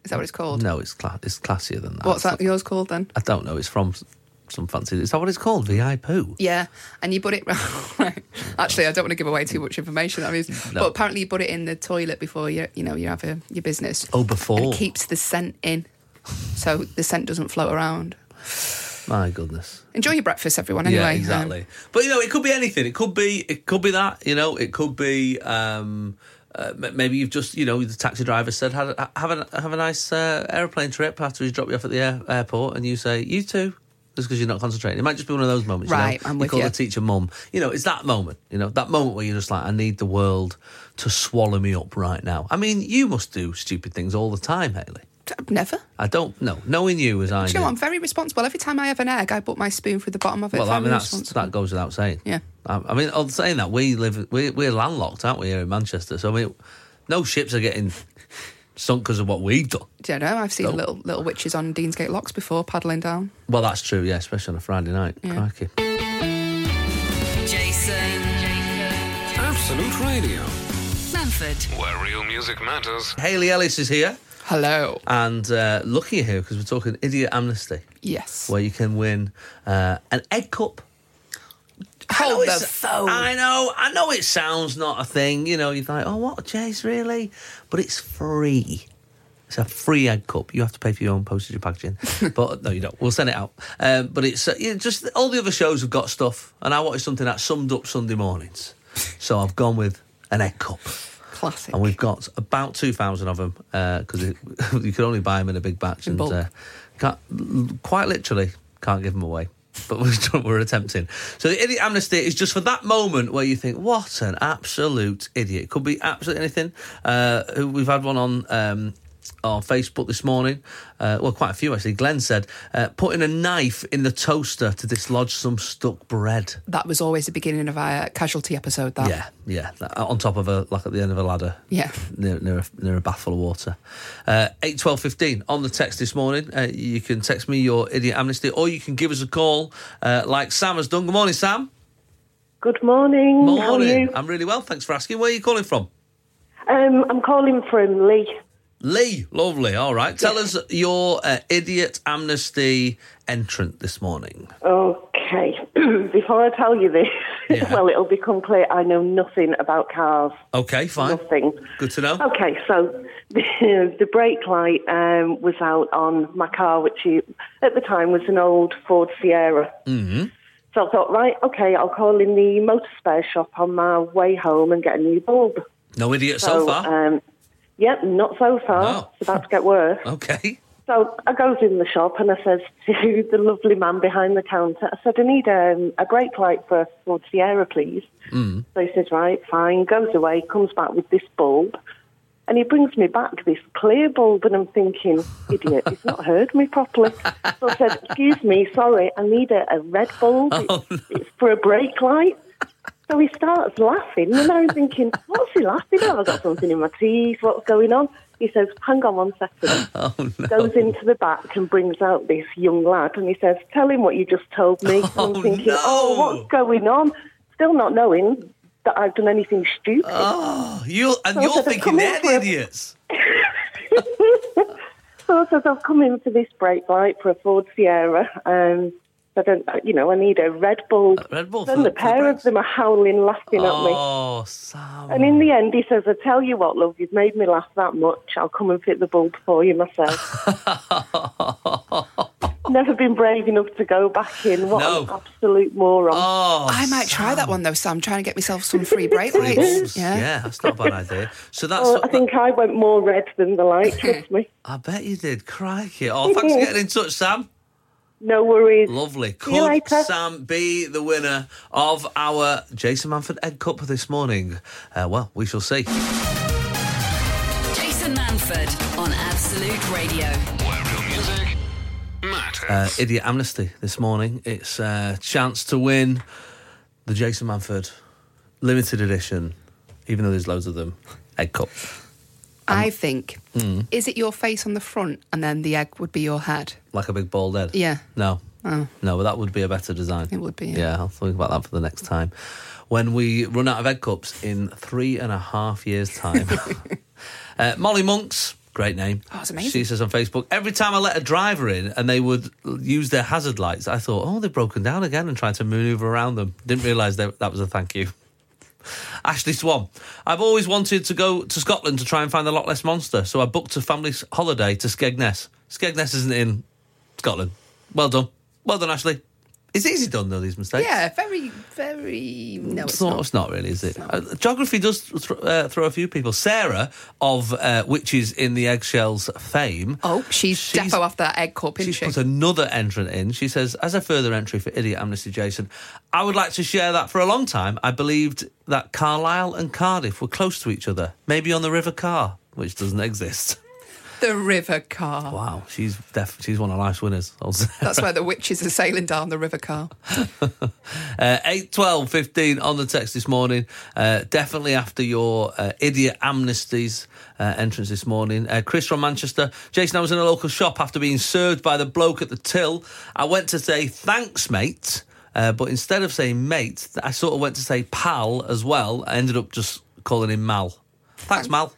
S3: Is that what it's called?
S2: no, it's cla- it's classier than that.
S3: What's that yours called then?
S2: I don't know. It's from s- some fancy. Is that what it's called? VI poo.
S3: Yeah, and you put it right. Actually, I don't want to give away too much information. I mean, but apparently you put it in the toilet before you you know you have a, your business.
S2: Oh, before.
S3: and it keeps the scent in, so the scent doesn't float around.
S2: My goodness.
S3: Enjoy your breakfast, everyone. Anyway,
S2: yeah,
S3: um,
S2: exactly. but you know, it could be anything. It could be it could be that. You know, it could be. Um, uh, m- maybe you've just, you know, the taxi driver said, "Have a have a, have a nice uh, airplane trip." After he's dropped you off at the air, airport, and you say, "You too," just because you're not concentrating. It might just be one of those moments,
S3: Right,
S2: You know?
S3: I'm
S2: you
S3: with
S2: call
S3: you.
S2: the teacher mum. You know, it's that moment. You know, that moment where you're just like, "I need the world to swallow me up right now." I mean, you must do stupid things all the time, Haley.
S3: Um, never.
S2: I don't know. Knowing you as I
S3: Do you
S2: do.
S3: know what? I'm very responsible. Every time I have an egg, I put my spoon through the bottom of it.
S2: Well, I
S3: Very
S2: mean, that's,
S3: responsible.
S2: that goes without saying.
S3: Yeah.
S2: I, I mean, on saying that, we live, we, we're landlocked, aren't we, here in Manchester? So, I mean, no ships are getting sunk because of what we've done.
S3: Do you know? I've seen
S2: No.
S3: little little witches on Deansgate locks before paddling down.
S2: Well, that's true, yeah, especially on a Friday night. Crikey.
S4: Jason.
S1: Absolute Radio.
S4: Manford.
S1: Where real music matters.
S2: Haley Ellis is here,
S3: Hello.
S2: and uh, lucky you're here because we're talking Idiot Amnesty,
S3: Yes.
S2: where you can win uh, an egg cup. I know
S3: Hold the
S2: it's-
S3: phone.
S2: I know, I know it sounds not a thing, you know, you're like, oh, what, Chase, really? But it's free. It's a free egg cup. You have to pay for your own postage and packaging. but no, you don't. We'll send it out. Um, but it's uh, you know, just all the other shows have got stuff, and I wanted something that summed up Sunday mornings. so I've gone with an egg cup.
S3: Classic.
S2: And we've got about 2,000 of them because you can only buy them in a big batch. and
S3: bulk.
S2: uh, can't, l- quite literally can't give them away. But we're, tr- we're attempting. So the idiot amnesty is just for that moment where you think, what an absolute idiot. It could be absolutely anything. Uh, who- we've had one on. Um, on Facebook this morning, uh, well, quite a few actually. Glenn said, uh, putting a knife in the toaster to dislodge some stuck bread.
S3: that was always the beginning of our casualty episode. That
S2: Yeah, yeah. that- uh, On top of a like at the end of a ladder.
S3: Yeah.
S2: Near near a, near a bath full of water. Uh, Eight twelve fifteen on the text this morning. Uh, you can text me your idiot amnesty, or you can give us a call, uh, like Sam has done. Good morning, Sam.
S5: Good morning. How are
S2: Morning.
S5: you?
S2: I'm really well, thanks for asking. Where are you calling from?
S5: Um, I'm calling from Lee.
S2: Lee, lovely. All right, tell us your uh, idiot amnesty entrant this morning.
S5: Okay. Okay, before I tell you this,
S2: Yeah.
S5: well, it'll become clear I know nothing about cars.
S2: Okay, fine.
S5: Nothing.
S2: Good to know.
S5: Okay, so the, the brake light um, was out on my car, which you, at the time was an old Ford Sierra. Mm-hmm. So I thought, right, okay, I'll call in the motor spare shop on my way home and get a new bulb.
S2: No idiot so, far.
S5: Um, yep, not so far.
S2: No.
S5: It's about to get worse.
S2: okay.
S5: So I goes in the shop and I says to the lovely man behind the counter, I said, I need um, a brake light for a Ford Sierra, please. Mm. So he says, right, fine, goes away, comes back with this bulb. And he brings me back this clear bulb and I'm thinking, idiot, he's not heard me properly. So I said, excuse me, sorry, I need a, a red bulb.
S2: Oh,
S5: It's, it's for a brake light. So he starts laughing, and I'm thinking, what's he laughing at? I've got something in my teeth, what's going on? He says, hang on one second.
S2: Oh,
S5: Goes into the back and brings out this young lad, and he says, tell him what you just told me.
S2: Oh,
S5: and I'm thinking,
S2: no.
S5: oh, what's going on? Still not knowing that I've done anything stupid.
S2: Oh, you and
S5: So I
S2: you're
S5: said,
S2: thinking
S5: "Come
S2: they're
S5: on,
S2: the
S5: Cliff."
S2: idiots.
S5: So I said, I've come in for this brake light for a Ford Sierra. Um, I don't, you know, I need a Red Bull.
S2: Red Bull for
S5: Then the
S2: the- for the
S5: pair
S2: brakes.
S5: of them are howling, laughing at me.
S2: Oh, Sam.
S5: And in the end, he says, I tell you what, love, you've made me laugh that much. I'll come and fit the bulb for you myself.
S2: Oh,
S5: Never been brave enough to go back in. What an
S2: No.
S5: absolute moron.
S2: oh,
S3: I might try that one though, Sam. Trying to get myself some free brake
S2: Three bulbs.
S3: lights.
S2: Yeah.
S3: Yeah.
S2: that's not a bad idea. So that's.
S5: Oh,
S2: what-
S5: I think I went more red than the light, trust me.
S2: I bet you did. Crikey. Oh, thanks for getting in touch, Sam.
S5: No worries.
S2: Lovely.
S5: you
S2: Could
S5: later.
S2: Sam be the winner of our Jason Manford Egg Cup this morning? Uh, well, we shall see.
S4: Jason Manford on Absolute Radio.
S1: Where real music matters.
S2: Uh, Idiot Amnesty this morning. It's a chance to win the Jason Manford limited edition, even though there's loads of them, Egg Cup. Um,
S3: I think.
S2: hmm.
S3: Is it your face on the front and then the egg would be your head?
S2: Like a big bald head.
S3: Yeah.
S2: No. No, but that would be a better design.
S3: Oh. It would be, yeah.
S2: Yeah, I'll think about that for the next time. When we run out of egg cups in three and a half years' time. uh, Molly Monks, great name.
S3: Oh, it's amazing.
S2: She says on Facebook, every time I let a driver in and they would l- use their hazard lights, I thought, oh, they've broken down again and tried to manoeuvre around them. Didn't realise that that was a thank you. Ashley Swan. I've always wanted to go to Scotland to try and find the Loch Ness monster, so I booked a family s- holiday to Skegness. Skegness isn't in Scotland. Well done, well done, Ashley. It's easy done though these mistakes.
S3: Yeah, very, very. No, it's
S2: It's not,
S3: not.
S2: it's not really, is it? Uh, geography does th- uh, throw a few people. Sarah of uh, Witches in the Eggshells fame.
S3: Oh, she's,
S2: She's-
S3: defo off that egg cup, isn't
S2: She's
S3: she?
S2: put another entrant in. She says, as a further entry for Idiot Amnesty Jason, I would like to share that for a long time I believed that Carlisle and Cardiff were close to each other, maybe on the River Car, which doesn't exist.
S3: The river car.
S2: Wow, she's def- she's one of life's winners. I'll say.
S3: That's where the witches are sailing down the river car.
S2: Uh, 8, 12, 15 on the text this morning. Uh, definitely after your uh, idiot amnesties uh, entrance this morning. Uh, Chris from Manchester. Jason, I was in a local shop after being served by the bloke at the till. I went to say, thanks, mate. Uh, but instead of saying mate, I sort of went to say pal as well. I ended up just calling him Mal. Thanks, Mal.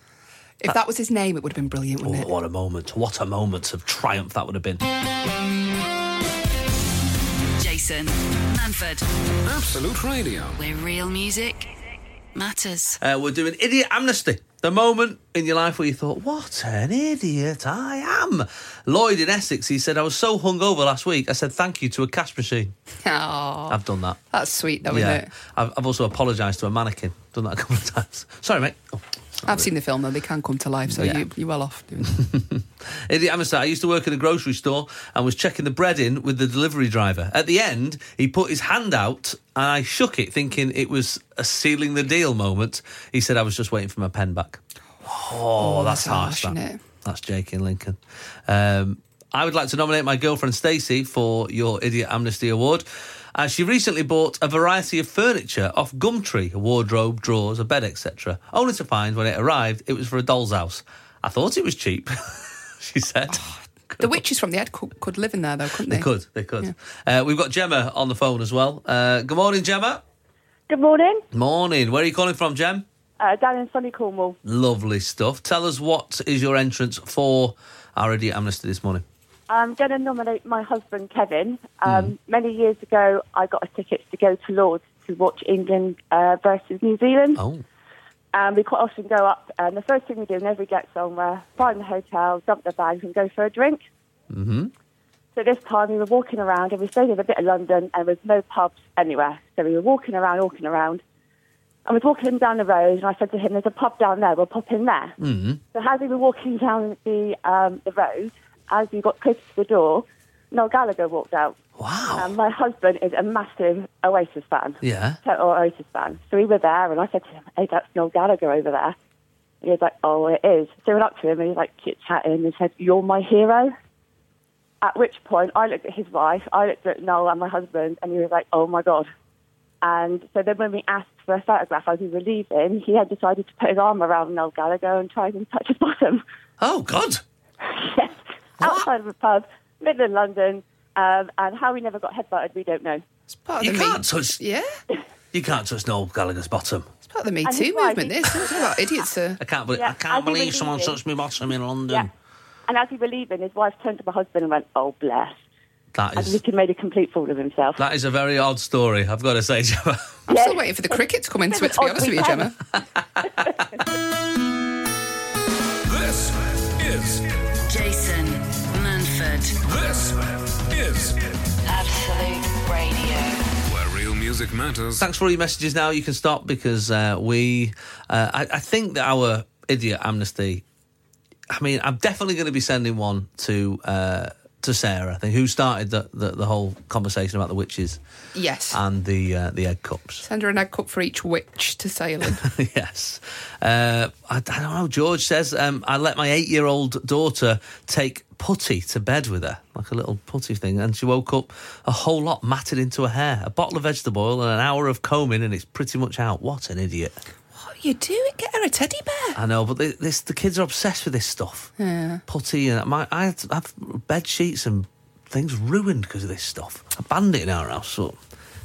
S3: If that was his name, it would have been brilliant, wouldn't
S2: What,
S3: it?
S2: what a moment. What a moment of triumph that would have been.
S4: Jason Manford,
S1: Absolute Radio.
S4: where real music matters.
S2: Uh, we're doing Idiot Amnesty. The moment in your life where you thought, what an idiot I am. Lloyd in Essex, he said, I was so hungover last week, I said thank you to a cash machine.
S3: Oh,
S2: I've done that.
S3: that's sweet, though, isn't it?
S2: I've, I've also apologised to a mannequin. Done that a couple of times. Sorry, mate. Oh.
S3: I've seen the film, though. They can come to life, so
S2: Yeah.
S3: you, you're well off. Doing
S2: Idiot Amnesty, I used to work in a grocery store and was checking the bread in with the delivery driver. At the end, he put his hand out and I shook it, thinking it was a sealing the deal moment. He said, I was just waiting for my pen back. Oh, that's,
S3: that's
S2: harsh,
S3: harsh,
S2: that.
S3: innit?
S2: That's Jake in Lincoln. Um, I would like to nominate my girlfriend Stacey for your Idiot Amnesty Award. Uh, she recently bought a variety of furniture off Gumtree, a wardrobe, drawers, a bed, etc. Only to find when it arrived, it was for a doll's house. I thought it was cheap, she said.
S3: the witches from the Ed could, could live in there, though, couldn't they?
S2: They could, they could. Uh, we've got Gemma on the phone as well. Uh, good morning, Gemma.
S6: Good morning.
S2: Morning. Where are you calling from, Gem?
S6: Uh, down in sunny Cornwall.
S2: Lovely stuff. Tell us what is your entrance for our Idiot Amnesty this morning?
S6: I'm going to nominate uh, my husband, Kevin. Um, Many years ago, I got a ticket to go to Lords to watch England uh, versus New Zealand.
S2: Oh,
S6: And we quite often go up, and the first thing we do whenever we get somewhere, find the hotel, dump the bags, and go for a drink. Mm-hmm. So this time we were walking around, and we stayed in a bit of London, and there was no pubs anywhere. So we were walking around, walking around. I was walking down the road, and I said to him, "There's a pub down there. We'll pop in there." Mm-hmm. So as we were walking down the um, the road, as we got close to the door, Noel Gallagher walked out.
S2: wow.
S6: And my husband is a massive Oasis fan.
S2: Yeah.
S6: Total Oasis fan. So we were there, and I said to him, "Hey, that's Noel Gallagher over there." And he was like, "Oh, it is." So we went up to him, and he was like chit chatting, and said, "You're my hero." At which point, I looked at his wife, I looked at Noel and my husband, and he was like, "Oh my god." And so then, when we asked for a photograph as we were leaving, he had decided to put his arm around Noel Gallagher and try and touch his bottom.
S2: Oh God.
S6: yes, outside of a pub, middle of London, um, and how we never got headbutted, we don't know.
S3: It's part of
S2: You
S3: the
S2: can't
S3: Me-
S2: touch.
S3: yeah,
S2: You can't touch Noel Gallagher's bottom.
S3: it's part of the Me
S6: And
S3: Too
S6: his wife,
S3: movement.
S6: he-
S3: This it's all about idiots. Uh,
S2: I can't believe.
S6: Yeah,
S2: I
S6: I
S2: can't
S6: do
S2: believe
S6: believe
S2: someone
S6: it.
S2: touched my bottom in London.
S6: Yeah. And as we were leaving, his wife turned to my husband and went, Oh, bless.
S2: That
S6: And
S2: is.
S6: Nick had made a complete fool of himself.
S2: That is a very odd story. I've got to say, Gemma.
S3: I'm
S6: Yeah.
S3: still waiting for the cricket to come into it. To be
S6: Odd
S3: honest with you,
S6: weekend.
S3: Gemma.
S1: This is
S4: Jason Manford.
S1: this is
S4: Absolute Radio.
S1: where real music matters.
S2: Thanks for all your messages. Now you can stop because uh, we. Uh, I, I think that our idiot amnesty. I mean, I'm definitely going to be sending one to uh, to Sarah. I think who started the, the, the whole conversation about the witches
S3: Yes.
S2: and the uh, the egg cups.
S3: Send her an egg cup for each witch to sail in.
S2: yes. Uh, I, I don't know. George says, um, I let my eight year old daughter take putty to bed with her, like a little putty thing, and she woke up a whole lot matted into her hair, a bottle of vegetable oil, and an hour of combing, and it's pretty much out. What an idiot.
S3: what are you doing? Get her a teddy bear.
S2: I know, but they, this, the kids are obsessed with this stuff.
S3: Yeah.
S2: Putty, and my, I had to have bed sheets and things ruined because of this stuff. I banned it in our house, so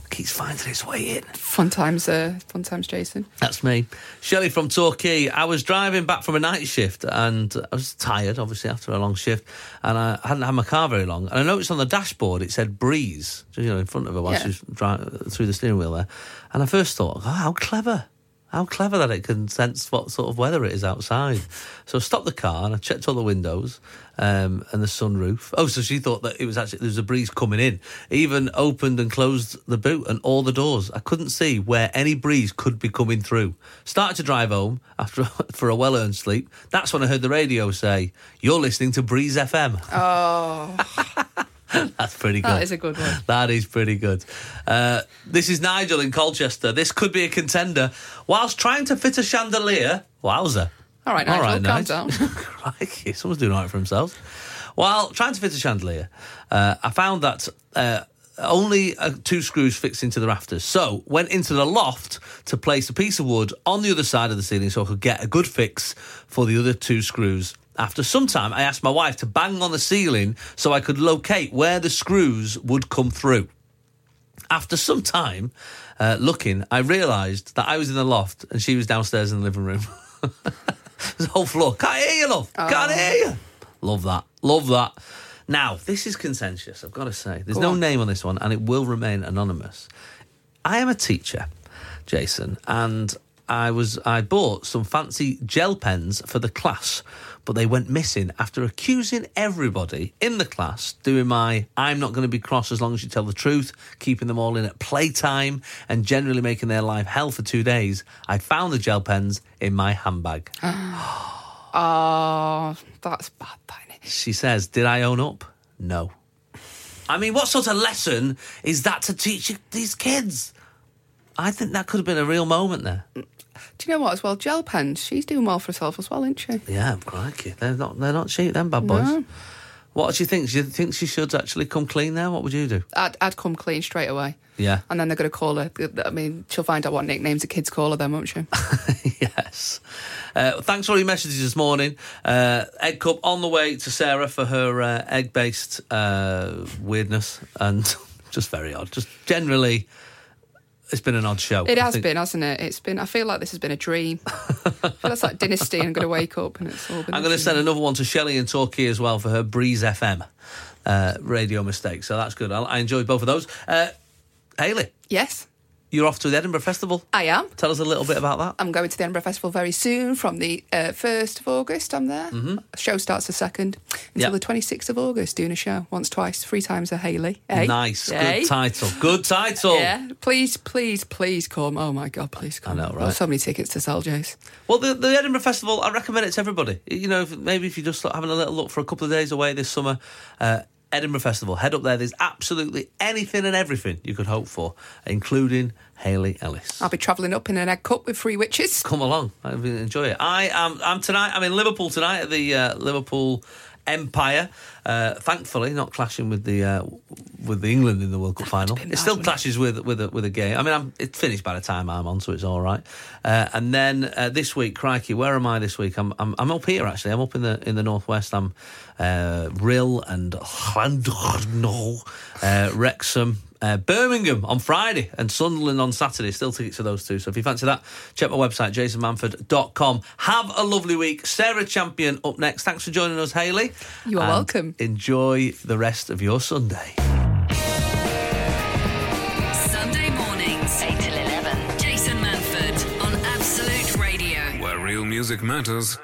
S2: it keeps finding its way in.
S3: Fun times, uh, fun times, Jason.
S2: That's me. Shelley from Torquay. I was driving back from a night shift and I was tired, obviously, after a long shift. And I hadn't had my car very long. And I noticed on the dashboard it said breeze, so, you know, in front of her while
S3: Yeah.
S2: she was driving through the steering wheel there. And I first thought, oh, how clever. How clever that it can sense what sort of weather it is outside. So I stopped the car and I checked all the windows um, and the sunroof. Oh, so she thought that it was actually, there was a breeze coming in. Even opened and closed the boot and all the doors. I couldn't see where any breeze could be coming through. Started to drive home after for a well earned sleep. That's when I heard the radio say, You're listening to Breeze FM.
S3: Oh,
S2: That's pretty good.
S3: that is a good one.
S2: That is pretty good. Uh, this is Nigel in Colchester. This could be a contender. Whilst trying to fit a chandelier, wowzer.
S3: All right, Nigel, calm
S2: Nigel.
S3: down.
S2: Crikey, someone's doing all right for themselves. While trying to fit a chandelier, uh, I found that uh, only uh, two screws fixed into the rafters. So went into the loft to place a piece of wood on the other side of the ceiling so I could get a good fix for the other two screws. After some time, I asked my wife to bang on the ceiling so I could locate where the screws would come through. After some time uh, looking, I realised that I was in the loft and she was downstairs in the living room. the whole floor. Can't hear you, love. Can't hear you. Love that. Love that. Now, this is contentious, I've got to say. There's no
S3: on.
S2: name on this one and it will remain anonymous. I am a teacher, Jason, and I was I bought some fancy gel pens for the class, but they went missing after accusing everybody in the class doing my I'm not going to be cross as long as you tell the truth, keeping them all in at playtime and generally making their life hell for 2 days. I found the gel pens in my handbag.
S3: Oh, that's bad, that, innit?
S2: She says, "Did I own up?" No. I mean, what sort of lesson is that to teach these kids? I think that could have been a real moment there.
S3: Do you know what? As well, gel pens. She's doing well for herself as well, isn't she?
S2: Yeah, crikey, they're not they're not cheap. Them bad boys.
S3: No.
S2: What do you think? Do you think she should actually come clean now? What would you do?
S3: I'd, I'd come clean straight away.
S2: Yeah.
S3: And then they're going to call her. I mean, she'll find out what nicknames the kids call her then, won't she?
S2: yes. Uh, thanks for all your messages this morning. Uh, egg cup on the way to Sarah for her uh, egg based uh, weirdness and just very odd. Just generally it's been an odd show.
S3: It
S2: I
S3: has
S2: think-
S3: been, hasn't it? It's been. I feel like this has been a dream. I feel that's like dynasty, and I'm going to wake up and it's all been.
S2: I'm
S3: a
S2: going to
S3: dream.
S2: send another one to Shelley in Torquay as well for her Breeze FM uh, radio mistake. So that's good. I, I enjoyed both of those. Uh, Hayley,
S3: Yes,
S2: you're off to the Edinburgh Festival.
S3: I am.
S2: Tell us a little bit about that.
S3: I'm going to the Edinburgh Festival very soon from the uh, 1st of August. I'm there. Show starts the 2nd until
S2: Mm-hmm. Yeah.
S3: the 26th of August, doing a show once, twice, three times a Haley. Eh?
S2: Nice.
S3: Eh?
S2: Good title. Good title.
S3: Yeah. Please, please, please come. Oh my God, please come.
S2: know,
S3: I've got
S2: right?
S3: so many tickets to sell, Jace.
S2: Well, the, the Edinburgh Festival, I recommend it to everybody. You know, if, maybe if you're just having a little look for a couple of days away this summer, uh, Edinburgh Festival, head up there. There's absolutely anything and everything you could hope for, including Hayley Ellis.
S3: I'll be travelling up in an egg cup with three witches.
S2: come along. I mean, enjoy it. I am. I'm tonight. I'm in Liverpool tonight at the uh, Liverpool Empire. Uh, thankfully, not clashing with the uh, with the England in the World Cup final.
S3: been
S2: It
S3: bad,
S2: still
S3: wouldn't it?
S2: clashes with with a, with a game. I mean, I'm, it's finished by the time I'm on, so it's all right. Uh, and then uh, this week, crikey, where am I this week? I'm, I'm I'm up here actually. I'm up in the in the northwest. I'm uh, Rill and Llandudno, uh, Wrexham. Uh, Birmingham on Friday and Sunderland on Saturday. Still tickets for those two. So if you fancy that, check my website, jasonmanford.com. Have a lovely week. Sarah Champion up next. Thanks for joining us, Hayley.
S3: You are
S2: And
S3: welcome.
S2: Enjoy the rest of your Sunday.
S4: Sunday mornings, 8 till 11. Jason Manford on Absolute Radio.
S1: Where real music matters.